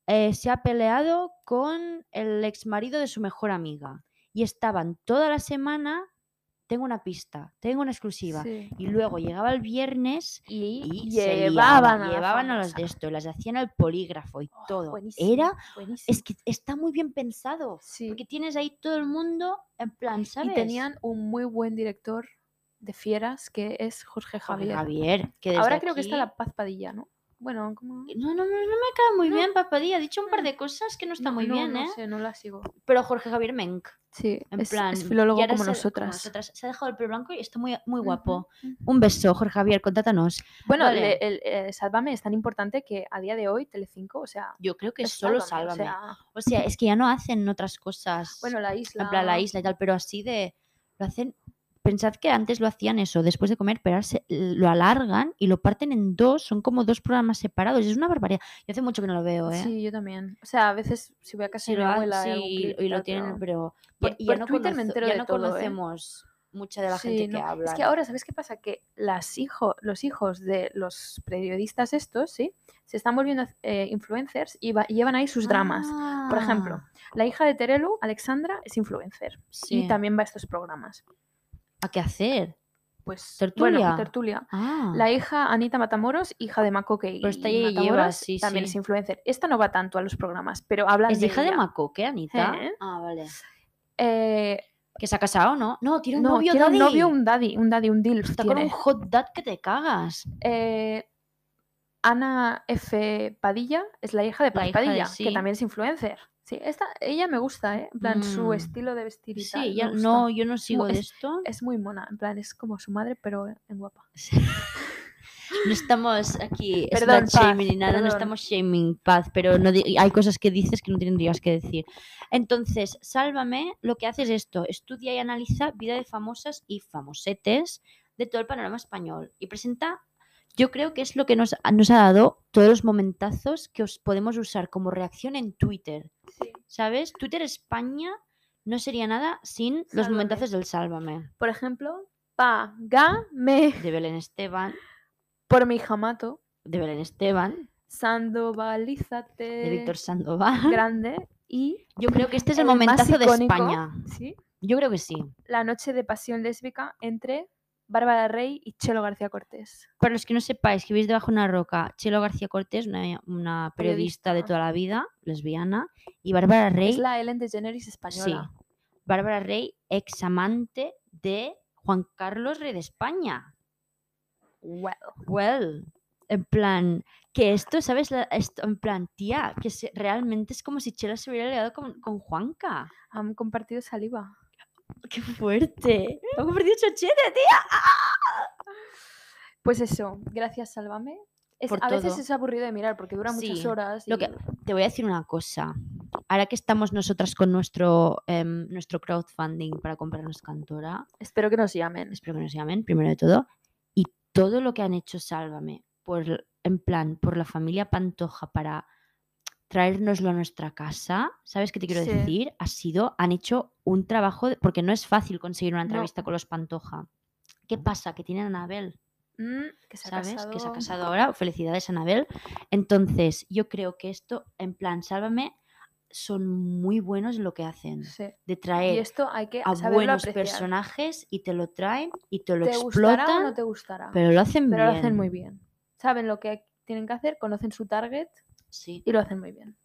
[SPEAKER 2] eh, se ha peleado con el exmarido de su mejor amiga. Y estaban toda la semana, tengo una pista, tengo una exclusiva.
[SPEAKER 1] Sí.
[SPEAKER 2] Y luego llegaba el viernes
[SPEAKER 1] Y,
[SPEAKER 2] y se
[SPEAKER 1] llevaban,
[SPEAKER 2] liaban,
[SPEAKER 1] a, la
[SPEAKER 2] llevaban a los de
[SPEAKER 1] famosa.
[SPEAKER 2] esto, las hacían al polígrafo y
[SPEAKER 1] Oh,
[SPEAKER 2] todo.
[SPEAKER 1] buenísimo,
[SPEAKER 2] Era,
[SPEAKER 1] buenísimo.
[SPEAKER 2] es que está muy bien pensado,
[SPEAKER 1] Sí.
[SPEAKER 2] porque tienes ahí todo el mundo en plan, ¿sabes?
[SPEAKER 1] Y tenían un muy buen director de fieras que es Jorge
[SPEAKER 2] Jorge
[SPEAKER 1] Javier.
[SPEAKER 2] Javier, que desde
[SPEAKER 1] Ahora creo que está
[SPEAKER 2] aquí-
[SPEAKER 1] la Paz Padilla, ¿no? Bueno, como...
[SPEAKER 2] No, no, no, no me cae muy
[SPEAKER 1] No.
[SPEAKER 2] bien Papadía. Ha dicho un par
[SPEAKER 1] Mm.
[SPEAKER 2] de cosas que no está muy
[SPEAKER 1] no,
[SPEAKER 2] bien,
[SPEAKER 1] no
[SPEAKER 2] ¿eh?
[SPEAKER 1] sé, no la sigo.
[SPEAKER 2] Pero Jorge Javier Menck,
[SPEAKER 1] Sí,
[SPEAKER 2] en
[SPEAKER 1] es,
[SPEAKER 2] plan.
[SPEAKER 1] es filólogo
[SPEAKER 2] y ahora
[SPEAKER 1] como
[SPEAKER 2] se-
[SPEAKER 1] nosotras.
[SPEAKER 2] nosotras. Se ha dejado el pelo blanco y está muy, muy
[SPEAKER 1] Ujú,
[SPEAKER 2] guapo.
[SPEAKER 1] ujú.
[SPEAKER 2] Un beso, Jorge Javier, contátanos.
[SPEAKER 1] Bueno,
[SPEAKER 2] Vale.
[SPEAKER 1] le- el, eh, Sálvame es tan importante que a día de hoy Telecinco, o sea,
[SPEAKER 2] Yo creo que
[SPEAKER 1] es
[SPEAKER 2] solo
[SPEAKER 1] Sálvame,
[SPEAKER 2] sálvame.
[SPEAKER 1] o sea,
[SPEAKER 2] O sea, es que ya no hacen otras cosas.
[SPEAKER 1] bueno, la isla.
[SPEAKER 2] en plan la isla y tal, pero así de. Lo hacen. Pensad que antes lo hacían eso, después de comer, pero ahora se- lo alargan y lo parten en dos, son como dos programas separados, es una barbaridad. Yo hace mucho que no lo veo, ¿eh?
[SPEAKER 1] Sí, yo también. O sea, a veces si voy a casa
[SPEAKER 2] Sí,
[SPEAKER 1] de mi
[SPEAKER 2] lo ha-
[SPEAKER 1] abuela hay
[SPEAKER 2] sí,
[SPEAKER 1] algún
[SPEAKER 2] y-
[SPEAKER 1] clip,
[SPEAKER 2] y lo
[SPEAKER 1] tal, pero-
[SPEAKER 2] tienen, pero
[SPEAKER 1] Por-
[SPEAKER 2] ya, y ya
[SPEAKER 1] por
[SPEAKER 2] no,
[SPEAKER 1] Twitter me
[SPEAKER 2] conozo-
[SPEAKER 1] entero
[SPEAKER 2] ya
[SPEAKER 1] de
[SPEAKER 2] no
[SPEAKER 1] todo, ¿eh?
[SPEAKER 2] conocemos mucha de la
[SPEAKER 1] Sí,
[SPEAKER 2] gente
[SPEAKER 1] no,
[SPEAKER 2] que habla.
[SPEAKER 1] Es que ahora, ¿sabes qué pasa? Que las hijo, los hijos de los periodistas estos, ¿sí? Se están volviendo eh, influencers y, va- y llevan ahí sus dramas. Por
[SPEAKER 2] Ah,
[SPEAKER 1] ejemplo, la hija de Terelu, Alexandra, es influencer y también va a estos programas.
[SPEAKER 2] ¿A qué hacer?
[SPEAKER 1] Pues
[SPEAKER 2] Tertulia.
[SPEAKER 1] Bueno, tertulia.
[SPEAKER 2] Ah,
[SPEAKER 1] La hija Anita Matamoros, hija de Macoque y
[SPEAKER 2] Pero esta ya lleva,
[SPEAKER 1] Matamoros,
[SPEAKER 2] sí,
[SPEAKER 1] también
[SPEAKER 2] sí.
[SPEAKER 1] es influencer. Esta no va tanto a los programas, pero hablan
[SPEAKER 2] es
[SPEAKER 1] de
[SPEAKER 2] hija de
[SPEAKER 1] ella.
[SPEAKER 2] Macoque, Anita.
[SPEAKER 1] ¿Eh?
[SPEAKER 2] Ah, vale.
[SPEAKER 1] Eh,
[SPEAKER 2] Que se ha casado, ¿no? No, tiene un
[SPEAKER 1] no,
[SPEAKER 2] novio
[SPEAKER 1] tiene un
[SPEAKER 2] daddy.
[SPEAKER 1] novio, un daddy, un daddy, un deal.
[SPEAKER 2] Está con un hot dad que te cagas.
[SPEAKER 1] Eh, Ana F. Padilla es la hija de Paz
[SPEAKER 2] La hija de
[SPEAKER 1] Padilla, que
[SPEAKER 2] sí.
[SPEAKER 1] también es influencer. Sí, esta, ella me gusta, ¿eh? En plan, su
[SPEAKER 2] Mm.
[SPEAKER 1] estilo de vestir y tal,
[SPEAKER 2] Sí,
[SPEAKER 1] me
[SPEAKER 2] ya,
[SPEAKER 1] gusta.
[SPEAKER 2] no, yo no sigo de
[SPEAKER 1] es-
[SPEAKER 2] esto.
[SPEAKER 1] Es muy mona, en plan, es como su madre, pero en guapa.
[SPEAKER 2] No estamos aquí
[SPEAKER 1] Perdón,
[SPEAKER 2] slut shaming
[SPEAKER 1] Paz,
[SPEAKER 2] ni nada, no
[SPEAKER 1] perdón.
[SPEAKER 2] estamos shaming paz, pero no di- hay cosas que dices que no tendrías que decir. Entonces, Sálvame lo que hace es esto, estudia y analiza vida de famosas y famosetes de todo el panorama español y presenta, yo creo que es lo que nos, ha- nos ha dado todos los momentazos que os podemos usar como reacción en Twitter, ¿sabes? Twitter España no sería nada sin los
[SPEAKER 1] Sálvame.
[SPEAKER 2] momentazos del Sálvame,
[SPEAKER 1] Por ejemplo, Pagame
[SPEAKER 2] de Belén Esteban,
[SPEAKER 1] por mi jamato,
[SPEAKER 2] de Belén Esteban,
[SPEAKER 1] Sandovalízate,
[SPEAKER 2] de Víctor Sandoval.
[SPEAKER 1] Grande y
[SPEAKER 2] Yo creo que este es el,
[SPEAKER 1] el más
[SPEAKER 2] momentazo de
[SPEAKER 1] icónico,
[SPEAKER 2] España.
[SPEAKER 1] ¿sí?
[SPEAKER 2] Yo creo que sí.
[SPEAKER 1] la noche de pasión lésbica entre Bárbara Rey y Chelo García Cortés.
[SPEAKER 2] Para los que no sepáis, que veis debajo una roca, Chelo García Cortés, una, una periodista de
[SPEAKER 1] Periodista.
[SPEAKER 2] toda la vida, lesbiana, y Bárbara Rey,
[SPEAKER 1] Es la Ellen DeGeneres
[SPEAKER 2] sí,
[SPEAKER 1] española.
[SPEAKER 2] Bárbara Rey, ex amante de Juan Carlos Rey de España.
[SPEAKER 1] Well.
[SPEAKER 2] Well, en plan, que esto, ¿sabes? La- esto, en plan, tía, que se- realmente es como si Chelo se hubiera ligado con, con Juanca.
[SPEAKER 1] Han compartido saliva.
[SPEAKER 2] ¡Qué fuerte! ¡Me ha convertido en chochete, tía!
[SPEAKER 1] Pues eso, gracias, Sálvame. Es-
[SPEAKER 2] Por
[SPEAKER 1] a veces
[SPEAKER 2] todo.
[SPEAKER 1] es aburrido de mirar porque dura muchas
[SPEAKER 2] Sí,
[SPEAKER 1] horas.
[SPEAKER 2] lo que-
[SPEAKER 1] y-
[SPEAKER 2] Te voy a decir una cosa. Ahora que estamos nosotras con nuestro, em, nuestro crowdfunding para comprarnos cantora,
[SPEAKER 1] Espero que nos llamen.
[SPEAKER 2] espero que nos llamen, primero de todo, y todo lo que han hecho Sálvame, por, en plan, por la familia Pantoja para traérnoslo a nuestra casa, ¿sabes qué te quiero
[SPEAKER 1] Sí.
[SPEAKER 2] decir? Ha sido, han hecho un trabajo, de- porque no es fácil conseguir una
[SPEAKER 1] No.
[SPEAKER 2] entrevista con los Pantoja. ¿Qué pasa? Que tienen a Anabel.
[SPEAKER 1] Mm, que se ha
[SPEAKER 2] ¿sabes? Que se
[SPEAKER 1] casado.
[SPEAKER 2] ha casado ahora. Felicidades, Anabel. Entonces, yo creo que esto, en plan, sálvame, son muy buenos en lo que hacen.
[SPEAKER 1] Sí.
[SPEAKER 2] De
[SPEAKER 1] Y
[SPEAKER 2] traer
[SPEAKER 1] esto hay que
[SPEAKER 2] a
[SPEAKER 1] saberlo
[SPEAKER 2] buenos
[SPEAKER 1] apreciar.
[SPEAKER 2] personajes y te lo traen y te lo
[SPEAKER 1] ¿Te gustará o
[SPEAKER 2] explotan.
[SPEAKER 1] no te gustará?
[SPEAKER 2] Pero lo hacen
[SPEAKER 1] Pero
[SPEAKER 2] bien.
[SPEAKER 1] lo hacen muy bien. Saben lo que tienen que hacer, conocen su target
[SPEAKER 2] Sí.
[SPEAKER 1] y lo hacen muy bien.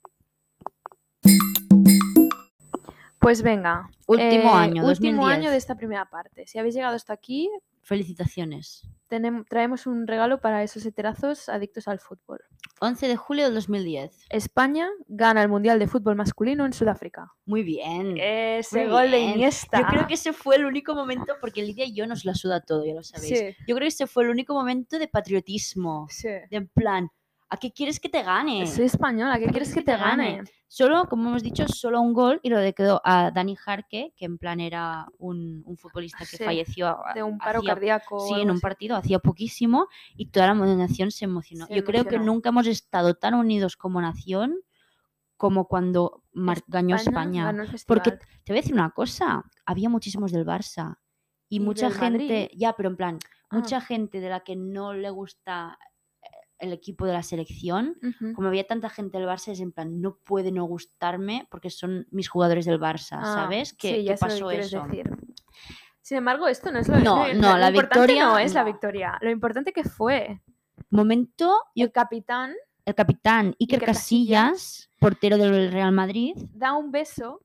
[SPEAKER 1] Pues venga.
[SPEAKER 2] Último
[SPEAKER 1] eh,
[SPEAKER 2] año,
[SPEAKER 1] Último año
[SPEAKER 2] 2010.
[SPEAKER 1] de esta primera parte. Si habéis llegado hasta aquí,
[SPEAKER 2] Felicitaciones.
[SPEAKER 1] tenem- traemos un regalo para esos heterazos adictos al fútbol.
[SPEAKER 2] 11 de julio del 2010.
[SPEAKER 1] España gana el Mundial de Fútbol Masculino en Sudáfrica.
[SPEAKER 2] Muy bien.
[SPEAKER 1] Ese
[SPEAKER 2] Mm. Muy
[SPEAKER 1] gol de
[SPEAKER 2] bien.
[SPEAKER 1] Iniesta.
[SPEAKER 2] Yo creo que ese fue el único momento, porque Lidia y yo nos la suda todo, ya lo sabéis.
[SPEAKER 1] sí.
[SPEAKER 2] Yo creo que ese fue el único momento de patriotismo.
[SPEAKER 1] sí.
[SPEAKER 2] De en plan, ¿a qué quieres que te gane?
[SPEAKER 1] Soy española, ¿qué quieres que te gane?
[SPEAKER 2] Solo, como hemos dicho, solo un gol y lo de quedó a Dani Jarque, que en plan era un, un futbolista que
[SPEAKER 1] Sí,
[SPEAKER 2] falleció a-
[SPEAKER 1] De un paro
[SPEAKER 2] hacía-
[SPEAKER 1] cardíaco. o
[SPEAKER 2] Sí, en
[SPEAKER 1] algo
[SPEAKER 2] un
[SPEAKER 1] así.
[SPEAKER 2] partido, hacía poquísimo y toda la nación se emocionó.
[SPEAKER 1] Se
[SPEAKER 2] Yo creo que
[SPEAKER 1] emocionó.
[SPEAKER 2] nunca hemos estado tan unidos como nación como cuando mar- ganó España.
[SPEAKER 1] ganó el
[SPEAKER 2] Porque
[SPEAKER 1] festival.
[SPEAKER 2] te voy a decir una cosa, había muchísimos del Barça y,
[SPEAKER 1] Y
[SPEAKER 2] mucha
[SPEAKER 1] del
[SPEAKER 2] gente,
[SPEAKER 1] Madrid.
[SPEAKER 2] ya, pero en plan,
[SPEAKER 1] Ah.
[SPEAKER 2] mucha gente de la que no le gusta eh, el equipo de la selección
[SPEAKER 1] Ujú.
[SPEAKER 2] como había tanta gente del Barça, es en plan, no puede no gustarme porque son mis jugadores del Barça,
[SPEAKER 1] Ah,
[SPEAKER 2] ¿sabes? Que,
[SPEAKER 1] sí,
[SPEAKER 2] que
[SPEAKER 1] ya sé lo
[SPEAKER 2] pasó
[SPEAKER 1] quieres
[SPEAKER 2] eso.
[SPEAKER 1] decir. Sin embargo, esto no es lo
[SPEAKER 2] No,
[SPEAKER 1] lo-
[SPEAKER 2] no,
[SPEAKER 1] lo
[SPEAKER 2] la
[SPEAKER 1] importante
[SPEAKER 2] victoria,
[SPEAKER 1] no es la
[SPEAKER 2] no.
[SPEAKER 1] victoria. Lo importante que fue
[SPEAKER 2] Momento,
[SPEAKER 1] el capitán
[SPEAKER 2] el capitán Iker,
[SPEAKER 1] Iker
[SPEAKER 2] Casillas, portero del Real Madrid,
[SPEAKER 1] da un beso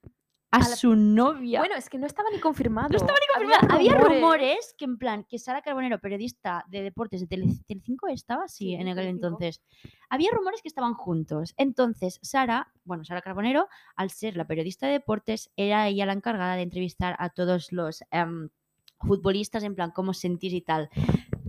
[SPEAKER 2] a,
[SPEAKER 1] la-
[SPEAKER 2] su novia.
[SPEAKER 1] Bueno, es que no estaba ni confirmado.
[SPEAKER 2] No estaba ni confirmado. Había rumores. que en plan, que Sara Carbonero, periodista de deportes de Tele- Telecinco, estaba así
[SPEAKER 1] Sí,
[SPEAKER 2] en aquel
[SPEAKER 1] Telecinco.
[SPEAKER 2] entonces. Había rumores que estaban juntos. Entonces, Sara, bueno, Sara Carbonero, al ser la periodista de deportes, era ella la encargada de entrevistar a todos los em, futbolistas en plan cómo os sentís y tal.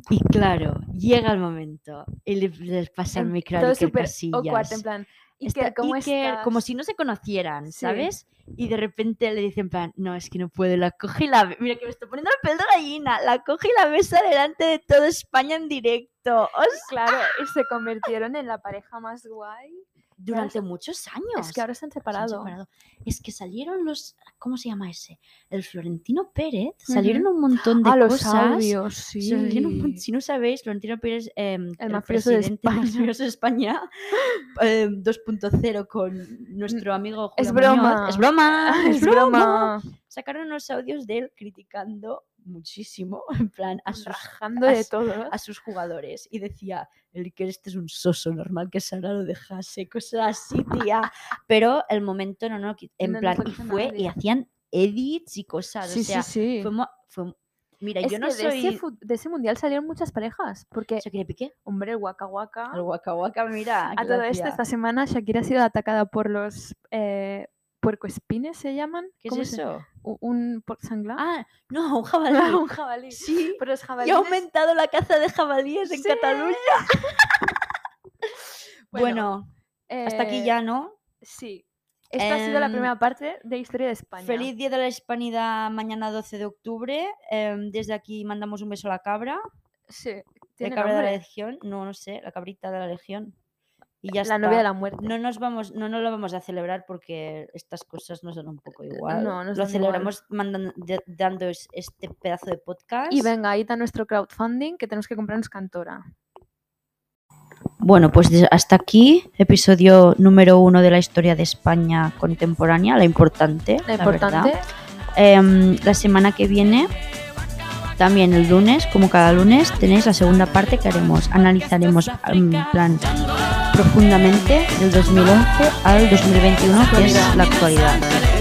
[SPEAKER 2] Y claro, llega el momento y le- les pasa el
[SPEAKER 1] En-
[SPEAKER 2] micro a
[SPEAKER 1] Em, todo
[SPEAKER 2] Iker
[SPEAKER 1] súper
[SPEAKER 2] Casillas.
[SPEAKER 1] awkward, en plan,
[SPEAKER 2] Está
[SPEAKER 1] Iker, ¿cómo
[SPEAKER 2] Iker,
[SPEAKER 1] estás?
[SPEAKER 2] Como si no se conocieran,
[SPEAKER 1] Sí.
[SPEAKER 2] ¿sabes? Y de repente le dicen, en plan, no, es que no puedo, la coge y la be- Mira que me está poniendo el pelo de gallina, la coge y la besa delante de toda España en directo. O sea,
[SPEAKER 1] Claro, y se convirtieron en la pareja más guay.
[SPEAKER 2] durante
[SPEAKER 1] se-
[SPEAKER 2] muchos años.
[SPEAKER 1] Es que ahora se han
[SPEAKER 2] se han
[SPEAKER 1] separado.
[SPEAKER 2] separado. Es que salieron los, ¿cómo se llama ese? El Florentino Pérez, salieron un montón de
[SPEAKER 1] Ah, los
[SPEAKER 2] cosas.
[SPEAKER 1] audios,
[SPEAKER 2] salieron un mon-
[SPEAKER 1] sí.
[SPEAKER 2] Si no sabéis, Florentino Pérez, eh, el
[SPEAKER 1] mafioso de
[SPEAKER 2] presidente
[SPEAKER 1] España.
[SPEAKER 2] mafioso de España, eh, 2.0 con nuestro amigo Julio
[SPEAKER 1] Mm, Es broma. Ah,
[SPEAKER 2] Muñoz. Es broma,
[SPEAKER 1] Es broma.
[SPEAKER 2] Sacaron unos audios de él criticando muchísimo, en plan, a sus,
[SPEAKER 1] Rajando de
[SPEAKER 2] as-
[SPEAKER 1] todo.
[SPEAKER 2] a sus jugadores. Y decía, el que este es un soso, normal que Sara lo dejase, cosas así, tía. Pero el momento no, no, qui- en
[SPEAKER 1] No, no
[SPEAKER 2] plan,
[SPEAKER 1] fue
[SPEAKER 2] y
[SPEAKER 1] con
[SPEAKER 2] fue,
[SPEAKER 1] nadie.
[SPEAKER 2] y hacían edits y cosas,
[SPEAKER 1] Sí,
[SPEAKER 2] o sea,
[SPEAKER 1] sí, sí.
[SPEAKER 2] fue mo- fue- Mira,
[SPEAKER 1] Es
[SPEAKER 2] Eh, yo no
[SPEAKER 1] que de,
[SPEAKER 2] soy...
[SPEAKER 1] ese fut- de ese mundial salieron muchas parejas, porque,
[SPEAKER 2] Shakira y Piqué.
[SPEAKER 1] hombre, el Waka Waka.
[SPEAKER 2] El Waka Waka, mira.
[SPEAKER 1] A todo esto,
[SPEAKER 2] gracia.
[SPEAKER 1] esta semana Shakira ha sido atacada por los eh, puercoespines, ¿se llaman?
[SPEAKER 2] ¿Qué
[SPEAKER 1] ¿Cómo
[SPEAKER 2] es
[SPEAKER 1] se-
[SPEAKER 2] eso?
[SPEAKER 1] u- Un porc sanglar.
[SPEAKER 2] Ah, no, un jabalí.
[SPEAKER 1] un jabalí.
[SPEAKER 2] Sí.
[SPEAKER 1] Pero los
[SPEAKER 2] Y ha
[SPEAKER 1] Ah, jabalíes...
[SPEAKER 2] aumentado la caza de jabalíes en
[SPEAKER 1] Sí.
[SPEAKER 2] Cataluña.
[SPEAKER 1] Bueno,
[SPEAKER 2] Bueno, hasta aquí
[SPEAKER 1] eh,
[SPEAKER 2] ya, ¿no?
[SPEAKER 1] Sí. Esta ha sido la
[SPEAKER 2] Em,
[SPEAKER 1] primera parte de Historia de España.
[SPEAKER 2] Feliz Día de la Hispanidad mañana 12 de octubre. Em, desde aquí mandamos un beso a la cabra.
[SPEAKER 1] Sí.
[SPEAKER 2] La
[SPEAKER 1] Tiene
[SPEAKER 2] cabra de la
[SPEAKER 1] nombre.
[SPEAKER 2] legión. No, no sé, la cabrita de la legión. Y ya
[SPEAKER 1] La
[SPEAKER 2] está.
[SPEAKER 1] novia de la muerte.
[SPEAKER 2] No nos vamos, no, no lo vamos a celebrar porque estas cosas nos dan un poco igual.
[SPEAKER 1] no, nos
[SPEAKER 2] lo
[SPEAKER 1] dan igual.
[SPEAKER 2] celebramos mandan- de- dando es- este pedazo de podcast.
[SPEAKER 1] Y venga, ahí está nuestro crowdfunding que tenemos que comprarnos cantora.
[SPEAKER 2] Bueno, pues des- hasta aquí, episodio número uno de la historia de España contemporánea, la importante.
[SPEAKER 1] Lo
[SPEAKER 2] verdad.
[SPEAKER 1] importante.
[SPEAKER 2] Em, la semana que viene, también el lunes, como cada lunes, tenéis la segunda parte que haremos. Analizaremos en plan profundamente del 2011 al 2021, que es la actualidad.